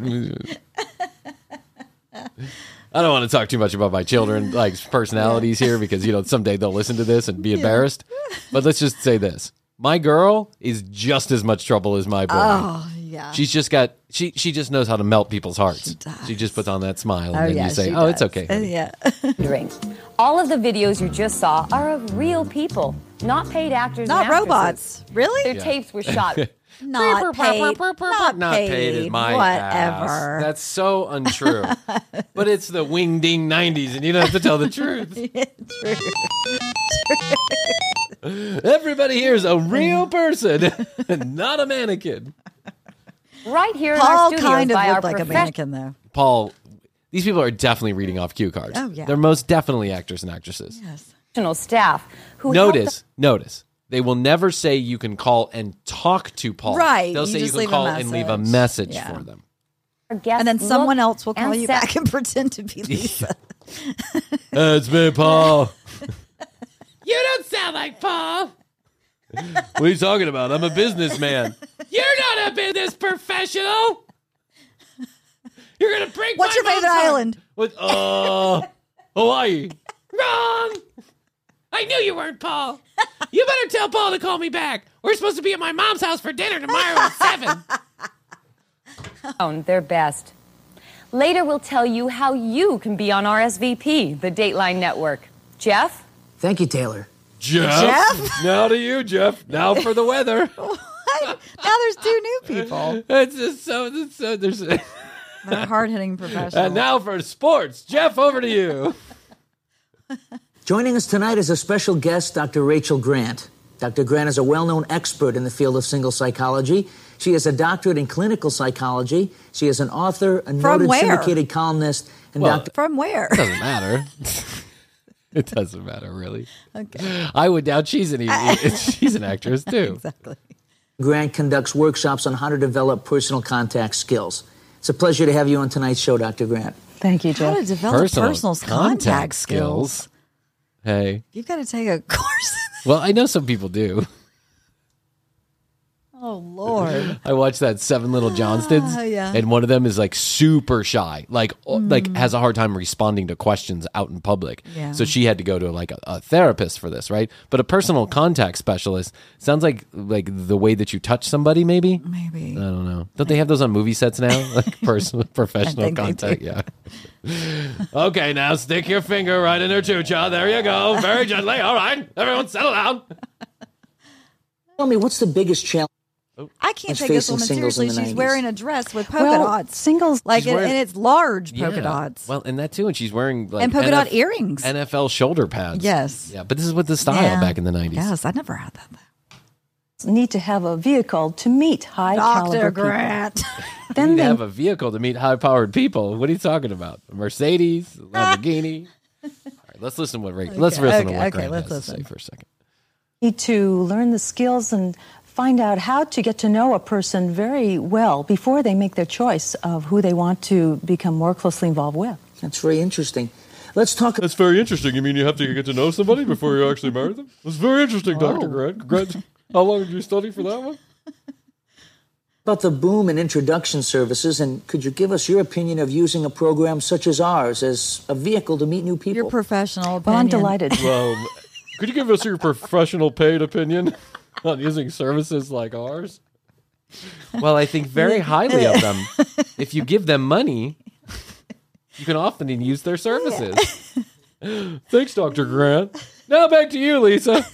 E: I don't want to talk too much about my children, like personalities here, because you know someday they'll listen to this and be embarrassed. But let's just say this: my girl is just as much trouble as my boy.
D: Oh, yeah.
E: She's just got she she just knows how to melt people's hearts. She, just puts on that smile, and
G: Oh,
E: then
G: yeah,
E: you say,
G: she
E: "Oh, it's
G: does.
E: okay."
D: Uh, yeah. [LAUGHS]
G: All of the videos you just saw are of real people, not paid actors,
D: Not
G: and actresses.
D: robots. Really?
G: Their
E: Yeah.
G: tapes
E: [LAUGHS]
G: were shot.
D: Not paid. Not,
E: not paid, is my ass.
D: Whatever.
E: That's so
G: [LAUGHS]
E: untrue. but it's the wing ding nineties, and you don't have to tell the
G: [LAUGHS]
E: truth. [LAUGHS] Everybody here is a real person, [LAUGHS] not a mannequin.
G: right here in our
D: Paul
G: studios
D: kind of
G: by our
D: looked like a
G: profe-
D: mannequin, though.
E: Paul, these people are definitely reading off cue cards.
G: Oh, yeah.
E: They're most definitely actors and actresses.
G: professional Oh, staff who helped
E: Notice, notice. They will never say you can call and talk to Paul.
G: Right,
E: They'll
G: you
E: say you
G: just
E: can
G: leave a
E: call and leave a
G: message.
E: message
G: Yeah.
E: for them.
G: our guests
D: And then someone
G: look
D: else will call
G: and
D: you
G: sound.
D: back and [LAUGHS] pretend to
E: [LAUGHS]
D: be Lisa.
E: Uh, it's me, Paul.
K: [LAUGHS] You don't sound like Paul.
E: What are you talking about? I'm a businessman.
K: You're not a business professional. You're gonna break. my
D: What's your favorite
K: mom's heart.
D: island?
E: What? Uh, Hawaii.
K: Wrong. I knew you weren't Paul. You better tell Paul to call me back. We're supposed to be at my mom's house for dinner tomorrow at seven.
G: down their best. Later, we'll tell you how you can be on RSVP, the Dateline Network. Jeff?
M: Thank you, Taylor.
E: [LAUGHS] Jeff? Now to you, Jeff. Now for the
D: [LAUGHS]
E: weather.
D: Now there's two new people.
E: It's just so, it's so there's.
D: They're hard hitting
E: [LAUGHS]
D: professionals.
E: and now for sports. Jeff, over to you.
H: Joining us tonight is a special guest, Dr. Rachel Grant. Dr. Grant is a well known expert in the field of single psychology. She has a doctorate in clinical psychology. She is an author, a noted
D: where?
H: syndicated columnist, and
E: Well,
H: Dr.
D: From where?
E: It [LAUGHS] doesn't matter. [LAUGHS] it doesn't matter, really.
D: Okay.
E: I would doubt she's an,
D: [LAUGHS]
E: [LAUGHS] she's an actress, too.
D: Exactly.
H: Grant conducts workshops on how to develop personal contact skills. It's a pleasure to have you on tonight's show, Dr. Grant.
D: Thank you, Jeff. How to develop personal, contact, skills.
E: Hey.
D: You've got to take a [LAUGHS] course.
E: Well, I know some people do. [LAUGHS]
D: oh, Lord.
E: I watched that Seven Little Johnstons,
D: Ah, yeah. Mm.
E: and one of them is like super shy, like o- like has a hard time responding to questions out in public.
D: Yeah.
E: So she had to go to like a, a therapist for this, right? But a personal contact specialist sounds like like the way that you touch somebody, maybe.
D: Maybe
E: I don't know. Don't they have those on movie sets now? Like personal professional
K: think they
E: contact,
K: do.
E: yeah. okay, now stick your finger right in her chucha. There you go, very gently. All right, everyone, settle down.
H: Tell me, what's the biggest challenge?
D: I can't
H: It's
D: take this
H: facing
D: woman
H: singles
D: seriously.
H: in the
D: She's
H: 90s.
D: wearing a dress with polka
H: Well,
D: dots. Singles. Like,
E: She's
D: and,
E: wearing-
D: and it's large polka
E: Yeah.
D: dots.
E: Well, and that too, and she's wearing like
D: And polka dot earrings.
E: NFL shoulder pads.
D: Yes.
E: Yeah, but this is what the style
D: Yeah.
E: back in the nineties.
D: Yes, I never had that.
N: need to have a vehicle to meet high
D: Dr.
N: caliber
E: [LAUGHS]
D: Grant.
N: people. Then
E: to
N: they
E: have a vehicle to meet high-powered people. What are you talking about? A Mercedes, a Lamborghini. All right, let's listen to what Ray. let's listen
N: Okay,
E: to
N: okay,
E: what
N: okay,
E: Grant
N: let's
E: has to say
N: listen.
E: for a second.
N: need to learn the skills and find out how to get to know a person very well before they make their choice of who they want to become more closely involved with.
H: That's very interesting. Let's talk.
M: That's very interesting. You mean you have to get to know somebody before you actually marry them? That's very interesting, Doctor Grant. [LAUGHS] Congrats. How long did you study for that one?
H: about the boom in introduction services, and could you give us your opinion of using a program such as ours as a vehicle to meet new people? Your
D: professional
I: Well, I'm delighted.
D: [LAUGHS]
M: Well, could you give us your professional paid opinion [LAUGHS] on using services like ours?
E: Well, I think
M: [LAUGHS]
E: very highly of them. If you give them money, you can often use their services.
M: [LAUGHS] Thanks, Dr. Grant. Now back to you, Lisa.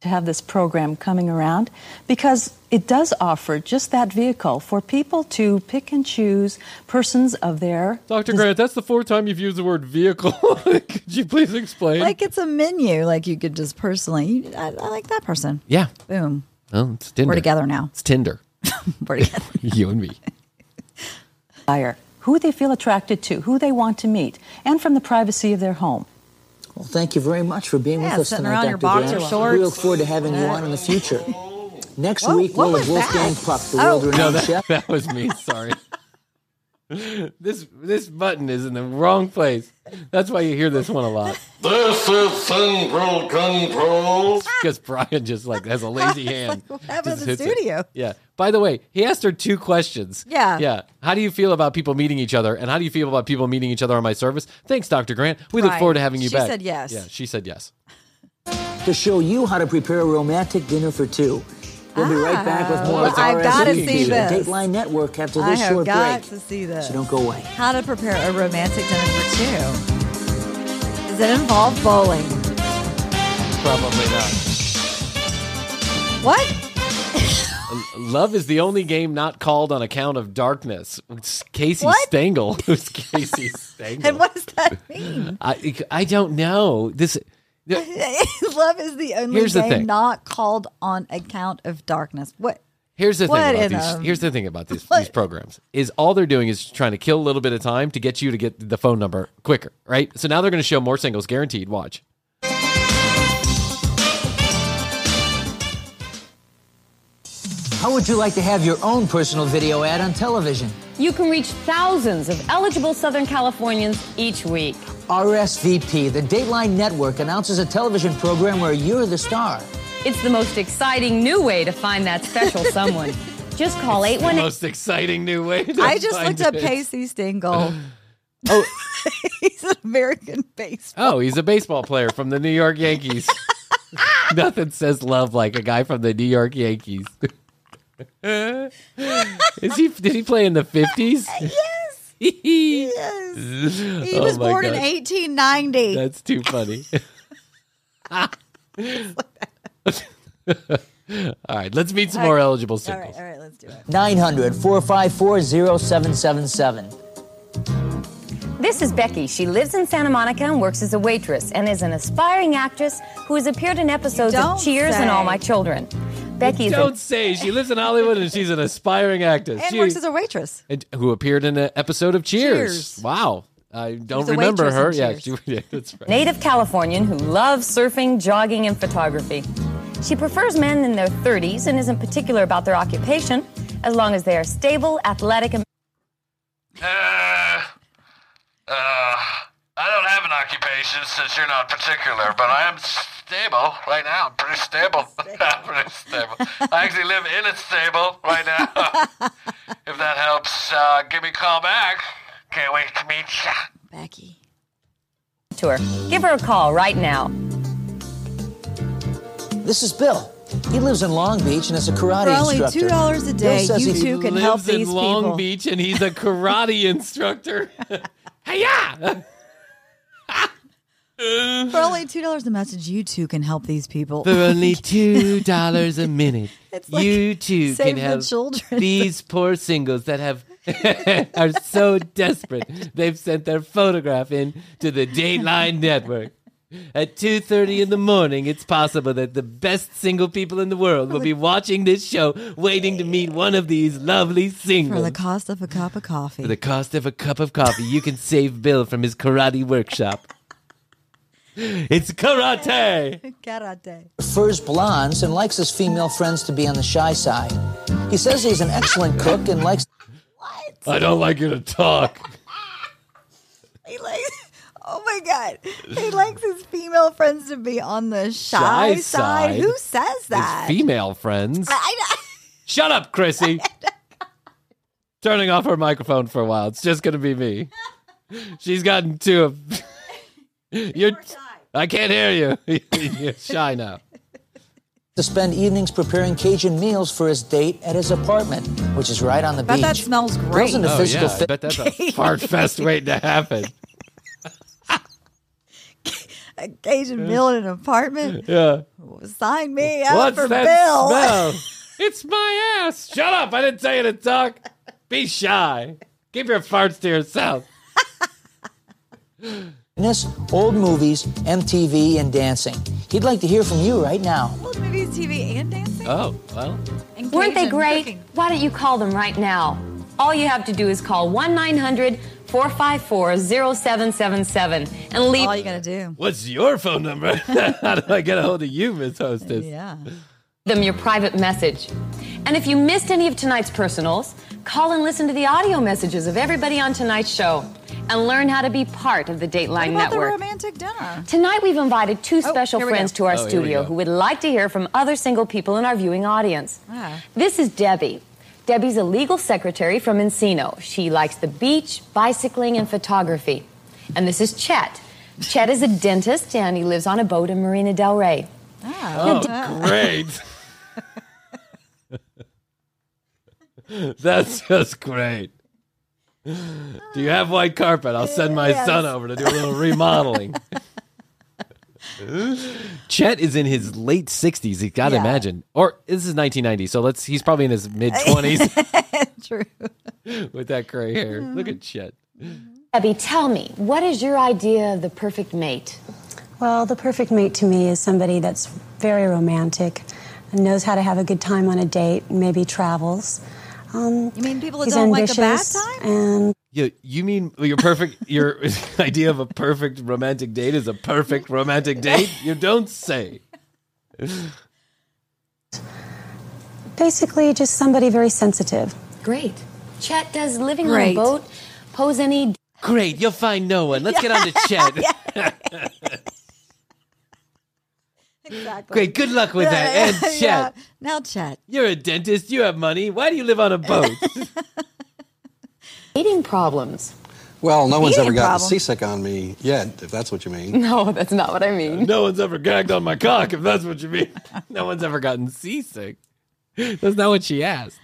N: to have this program coming around because it does offer just that vehicle for people to pick and choose persons of their
M: Dr. Grant, that's the fourth time you've used the word vehicle. [LAUGHS] Could you please explain?
D: Like it's a menu. Like you could just personally. I, I like that person.
E: Yeah.
D: Boom.
E: Oh, it's Tinder.
D: We're together now.
E: It's Tinder. [LAUGHS]
D: We're together.
E: you and me.
N: desire, who they feel attracted to, who they want to meet, and from the privacy of their home.
H: Well, thank you very much for being
N: Yeah,
H: with us
N: sitting
H: tonight,
N: around
H: Dr.
N: your boxer
H: Grant.
N: shorts.
H: We look forward to having you on in the future. Next
N: Whoa,
H: week,
N: what
H: we'll
N: was
H: have Wolfgang
N: that?
H: Puck, the
N: Oh.
H: world-renowned
E: No, that,
H: chef.
E: [LAUGHS] that was me. Sorry. this this button is in the wrong place. That's why you hear this one a lot.
M: This is central control.
E: Because Brian just like
D: [LAUGHS]
E: has a lazy hand.
D: happened
E: Just
D: in the
E: hits it.
D: studio?
E: Yeah. By the way, he asked her two questions.
D: Yeah.
E: Yeah. How do you feel about people meeting each other? And how do you feel about people meeting each other on my service? Thanks, Dr. Grant. We look
H: Right.
E: forward to having you
H: She
E: back.
H: said yes.
E: Yeah, she said yes.
H: To show you how to prepare a romantic dinner for two. We'll be right back with more
D: Ah,
H: of our
D: I've gotta
H: SNEP
D: see
H: on
D: this.
H: Dateline Network after
D: I
H: this
D: have
H: short
D: got
H: break.
D: to see this.
H: So don't go away.
D: How to prepare a romantic dinner for two? Does it involve bowling?
E: Probably not.
D: What?
E: Love is the only game not called on account of darkness. It's Casey
D: What?
E: Stengel. [LAUGHS] Who's
D: [LAUGHS]
E: Casey Stengel?
D: And what does that mean?
E: I I don't know. This
D: Love is the only
E: Here's the
D: game
E: thing.
D: not called on account of darkness. What?
E: here's the
D: What
E: thing
D: in
E: about
D: a-
E: these. Here's the thing about these these
D: [LAUGHS] What?
E: programs is all they're doing is trying to kill a little bit of time to get you to get the phone number quicker, right? So now they're going to show more singles, guaranteed. Watch.
H: How would you like to have your own personal video ad on television?
G: You can reach thousands of eligible Southern Californians each week.
H: RSVP, the Dateline Network, announces a television program where you're the star.
G: It's the most exciting new way to find that special [LAUGHS] someone. Just call
E: The
G: 818
E: most exciting new way. To
D: I just
E: find
D: looked up
E: it.
D: Casey Stengel.
E: Oh.
D: [LAUGHS] he's an American baseball.
E: Oh, he's a baseball player from the New York
D: [LAUGHS]
E: Yankees. Nothing says love like a guy from the New York
D: [LAUGHS]
E: Yankees. Is he? Did he play in the fifties? [LAUGHS] Oh
D: Yes.
E: yes.
D: He was born in 1890.
E: That's too funny. All right, let's meet some more eligible singles.
H: 900 454 0777.
G: This is Becky. She lives in Santa Monica and works as a waitress and is an aspiring actress who has appeared in episodes of
E: don't
G: Cheers
E: say.
G: and All My Children. Becky is
E: Don't
G: a,
E: say she lives in Hollywood and she's an aspiring actress.
G: And
E: She-
G: works as
D: a waitress.
E: and- who appeared in an episode of Cheers.
G: Cheers.
E: Wow, I don't
G: a
E: remember
G: waitress
E: her.
G: in
E: Yeah, she, yeah, that's right.
G: native Californian who loves surfing, jogging, and photography. She prefers men in their 30s and isn't particular about their occupation as long as they are stable, athletic, and
F: Uh, uh, I don't have an occupation since you're not particular, but I am stable right now. I'm pretty stable. [LAUGHS] I'm pretty stable. I actually live in a stable right now. if that helps, uh, give me a call back. Can't wait to meet ya.
D: Becky.
G: to her. Give her a call right now.
H: This is Bill. He lives in Long Beach and is a karate
D: For only
H: instructor.
D: $2 a day,
H: Bill says
D: you
H: he-
D: two can
E: lives
D: help
E: in
D: these
E: Long
D: people.
E: Beach and he's a karate [LAUGHS] instructor. Hiya!
D: For only two dollars a message, you two can help these people.
E: For only two dollars a
D: [LAUGHS]
E: minute,
D: like
E: you two
D: Save
E: can
D: the
E: help
D: Children.
E: these poor singles that have [LAUGHS] are so desperate they've sent their photograph in to the Dateline Network. At two thirty in the morning, it's possible that the best single people in the world will be watching this show, waiting to meet one of these lovely
D: for
E: singles.
D: the cost of a cup of coffee.
E: For the cost of a cup of coffee, you can save Bill from his karate workshop. It's karate.
D: [LAUGHS] Karate.
H: prefers blondes and likes his female friends to be on the shy side. He says he's an excellent cook and likes.
M: I don't like you to talk.
D: He like, [LAUGHS] oh my god, he likes his female friends to be on the shy,
F: Shy
D: side.
F: side.
D: Who says that?
F: Female friends.
D: [LAUGHS]
F: Shut up, Chrissy. Turning off her microphone for a while. It's just going to be me. She's gotten two of.
D: [LAUGHS]
F: You're. I can't hear you. You're shy now.
H: To spend evenings preparing Cajun meals for his date at his apartment, which is right on the
D: Bet
H: beach.
D: that smells great.
H: Girls into
F: Oh,
H: physical
F: yeah, I
H: fit-
F: bet that's a fart fest waiting to
D: [LAUGHS]
F: happen.
D: A Cajun meal in an apartment.
F: Yeah.
D: Sign me up
F: What's
D: for
F: that
D: Bill. [LAUGHS]
F: smell? it's my ass. Shut up. I didn't tell you to talk. Be shy. Keep your farts to yourself.
H: fitness, old movies, MTV, and dancing. He'd like to hear from you right now.
D: Old movies, TV, and dance.
F: Oh, well.
G: Weren't they
D: Cajun
G: great? Why don't you call them right now? All you have to do is call 1 900 454 0777 and leave.
D: All you got to do.
F: What's your phone number? [LAUGHS] How do I get a hold of you, Miss Hostess?
D: Yeah.
G: Them your private message. And if you missed any of tonight's personals, call and listen to the audio messages of everybody on tonight's
D: Oh,
G: show and learn how to be part of the Dateline
D: What about the
G: Network.
D: romantic dinner?
G: Tonight, we've invited two special
D: here we go.
G: friends to our
D: Oh, here we
G: studio
D: go.
G: who would like to hear from other single people in our viewing audience.
D: Ah.
G: This is Debbie. Debbie's a legal secretary from Encino. She likes the beach, bicycling, and photography. And this is Chet. Chet is a dentist and he lives on a boat in Marina Del Rey.
F: Oh,
D: Ah.
F: great. [LAUGHS] That's just great. Do you have white carpet? I'll send my
D: Yes.
F: son over to do a little remodeling. Chet is in his late 60s, you got to
D: Yeah.
F: imagine. Or this is 1990, so let's he's probably in his mid
D: [LAUGHS]
F: 20s
D: [LAUGHS] True.
F: with that gray hair.
D: Mm-hmm.
F: Look at Chet.
G: Debbie, tell me, what is your idea of the perfect mate?
O: Well, the perfect mate to me is somebody that's very romantic and knows how to have a good time on a date and maybe travels. Um,
D: you mean people that
O: he's
D: don't like a
O: ambitious
D: bad
O: And
F: You, you mean your perfect your [LAUGHS] idea of a perfect romantic date is a perfect romantic date? You don't say.
O: basically just somebody very sensitive.
G: Great. Chet, does living
O: Great.
G: on a boat pose any
F: Great, you'll find no one. Let's get on
D: [LAUGHS]
F: to Chet. [LAUGHS]
D: Exactly.
F: Great, good luck with that. And Chet,
D: [LAUGHS] Yeah. Now, Chet.
F: you're a dentist, you have money. Why do you live on a
D: [LAUGHS]
F: boat?
G: dating problems?
P: Well, no one's
G: Eating
P: ever gotten
G: problem.
P: seasick on me yet, if that's what you mean.
G: No, that's not what I mean.
F: no one's ever gagged on my cock, if that's what you mean. [LAUGHS] No one's ever gotten seasick. That's not what she asked.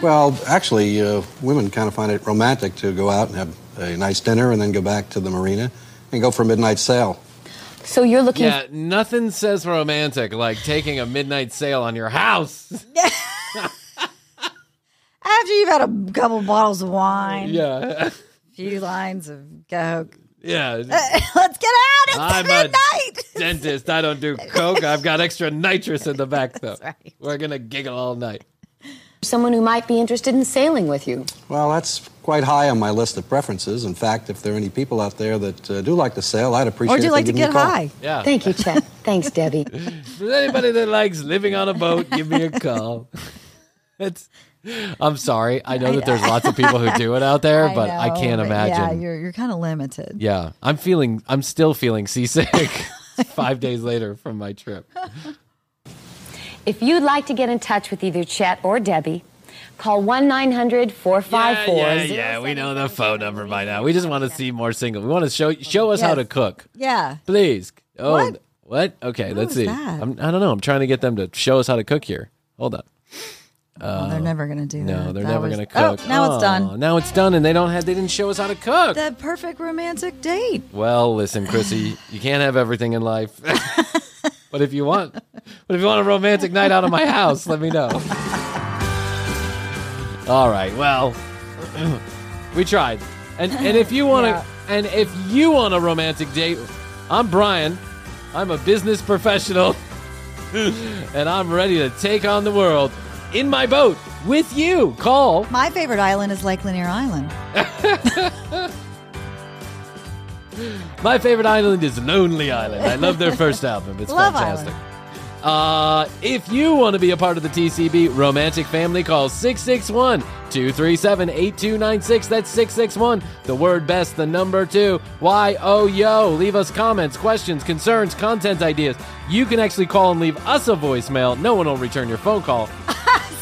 P: well, actually, uh, women kind of find it romantic to go out and have a nice dinner and then go back to the marina and go for a midnight sail.
G: So you're looking
F: Yeah, nothing says romantic like taking a midnight sale on your
D: [LAUGHS]
F: house.
D: After you've had a couple bottles of wine,
F: Yeah.
D: few lines of Coke. [LAUGHS]
F: Yeah.
D: Let's get out. It's
F: I'm a [LAUGHS]
D: midnight.
F: dentist. I don't do coke. I've got extra nitrous in the
D: [LAUGHS]
F: back, though. We're going to giggle all night.
G: someone who might be interested in sailing with you.
P: Well, that's quite high on my list of preferences. In fact, if there are any people out there that uh, do like to sail, I'd appreciate
G: do
P: if they
G: like to
P: give me a
G: get
P: call.
G: high.
F: Yeah.
G: Thank you, Chet. Thanks,
F: [LAUGHS]
G: Debbie.
F: If there's anybody that likes living on a boat, give me a call. [LAUGHS] It's, I'm sorry. I know that there's lots of people who do it out there,
G: [LAUGHS]
F: but I
D: know,
F: can't
D: but Yeah,
F: imagine.
D: you're you're kind of limited.
F: Yeah. I'm feeling, I'm still feeling seasick [LAUGHS] five days later from my trip.
G: If you'd like to get in touch with either Chet or Debbie, call 1 900 454
F: Yeah, yeah, we know the phone number by now. We just want to see more single. We want to show show us how to cook,
D: Yeah.
F: please. Oh,
D: What?
F: what? Okay, let's see.
D: that?
F: I'm, I don't know. I'm trying to get them to show us how to cook here. Hold on.
D: Well, Oh, they're never gonna do that.
F: Uh, No, they're
D: That
F: never
D: was-
F: gonna cook.
D: Oh, now it's done.
F: Aw, Now it's done, and they don't have. They didn't show us how to cook.
D: The perfect romantic date.
F: Well, listen, Chrissy, you can't have everything in life. [LAUGHS] but if you want, but if you want a romantic night out of my house, let me know. All right. Well, [CLEARS THROAT] we tried, and and if you want to, and if you want a romantic date, I'm Brian. I'm a business professional, [LAUGHS] and I'm ready to take on the world in my boat with you. Call
D: My favorite island is Lake Lanier Island.
F: My favorite island is Lonely Island. I love their first album. It's
D: Love
F: fantastic.
E: Uh, if you want to be a part of the TCB Romantic Family, call 661 237 8296. That's 661. The word best, the number two. Y O yo. Leave us comments, questions, concerns, content ideas. You can actually call and leave us a voicemail. No one will return your phone call.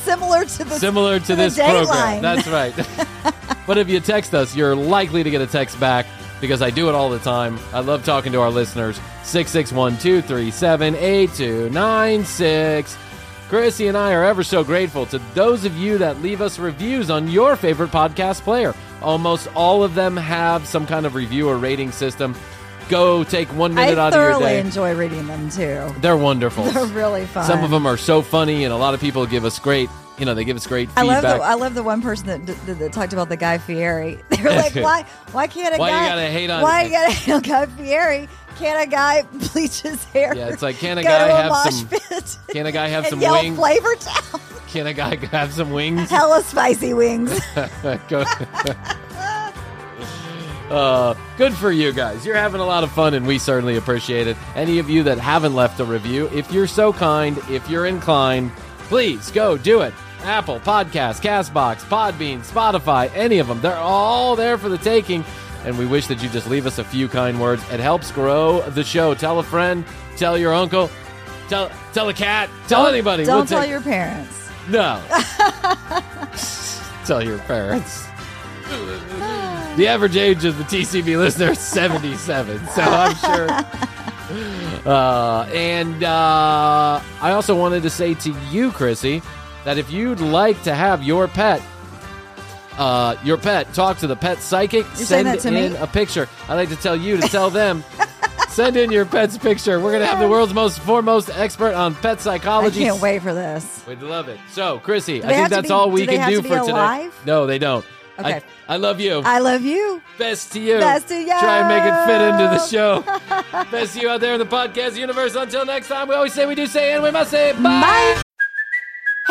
D: Similar to the
E: Similar to
D: the
E: this
D: date
E: program.
D: line.
E: That's right.
D: [LAUGHS]
E: but if you text us, you're likely to get a text back because I do it all the time. I love talking to our listeners. 661 237 8296. Chrissy and I are ever so grateful to those of you that leave us reviews on your favorite podcast player. Almost all of them have some kind of review or rating system. Go take one
D: I
E: minute out of your
D: thoroughly
E: day.
D: enjoy reading them too. [LAUGHS]
E: They're wonderful.
D: They're really fun.
E: Some of them are so funny, and a lot of people give us great, you know, they give us great
D: I
E: feedback.
D: love the I love the one person that, that, that talked about the guy Fieri. [LAUGHS] They
E: [LAUGHS]
D: were like, why why can't a
E: Why you
D: guy
E: gotta hate on-
D: why you gotta hate on Guy Fieri? Can a guy [LAUGHS] bleach his hair?
E: Yeah, it's like, can a
D: go
E: guy
D: to a
E: have
D: mosh
E: some- [LAUGHS]
D: pit
E: Can a guy have
D: and
E: some
D: yell
E: wings?
D: flavor town? [LAUGHS]
E: Can a guy [LAUGHS] have some wings?
D: Hella
E: [LAUGHS]
D: spicy wings.
E: Go- Uh, good for you guys. You're having a lot of fun, and we certainly appreciate it. Any of you that haven't left a review, if you're so kind, if you're inclined, please go do it. Apple Podcast, Castbox, Podbean, Spotify, any of them. They're all there for the taking. And we wish that you just leave us a few kind words. It helps grow the show. Tell a friend, tell your uncle, tell tell a cat, tell anybody.
D: Don't
E: We'll
D: tell
E: take-
D: your parents.
E: no. Tell your parents. The average age of the TCB listener is 77, so I'm sure. Uh, and uh, I also wanted to say to you, Chrissy, that if you'd like to have your pet, uh, your pet talk to the pet psychic,
D: You're saying
E: send
D: that to me?
E: in a picture. I'd like to tell you to tell them. Send in your pet's picture. We're gonna have the world's most foremost expert on pet
D: I
E: psychology.
D: can't wait for this.
E: We'd love it. So, Chrissy,
D: Do
E: I
D: they
E: think
D: have to
E: that's
D: be-
E: all we
D: do they
E: can
D: have
E: do
D: to be
E: for today.
D: alive?
E: No, they don't.
D: Okay.
E: I, I love you.
D: I love you.
E: Best to you.
D: Best to you.
E: Try and make it fit into the
D: [LAUGHS]
E: show. Best to you out there in the podcast universe. Until next time, we always say we do say and we must say bye.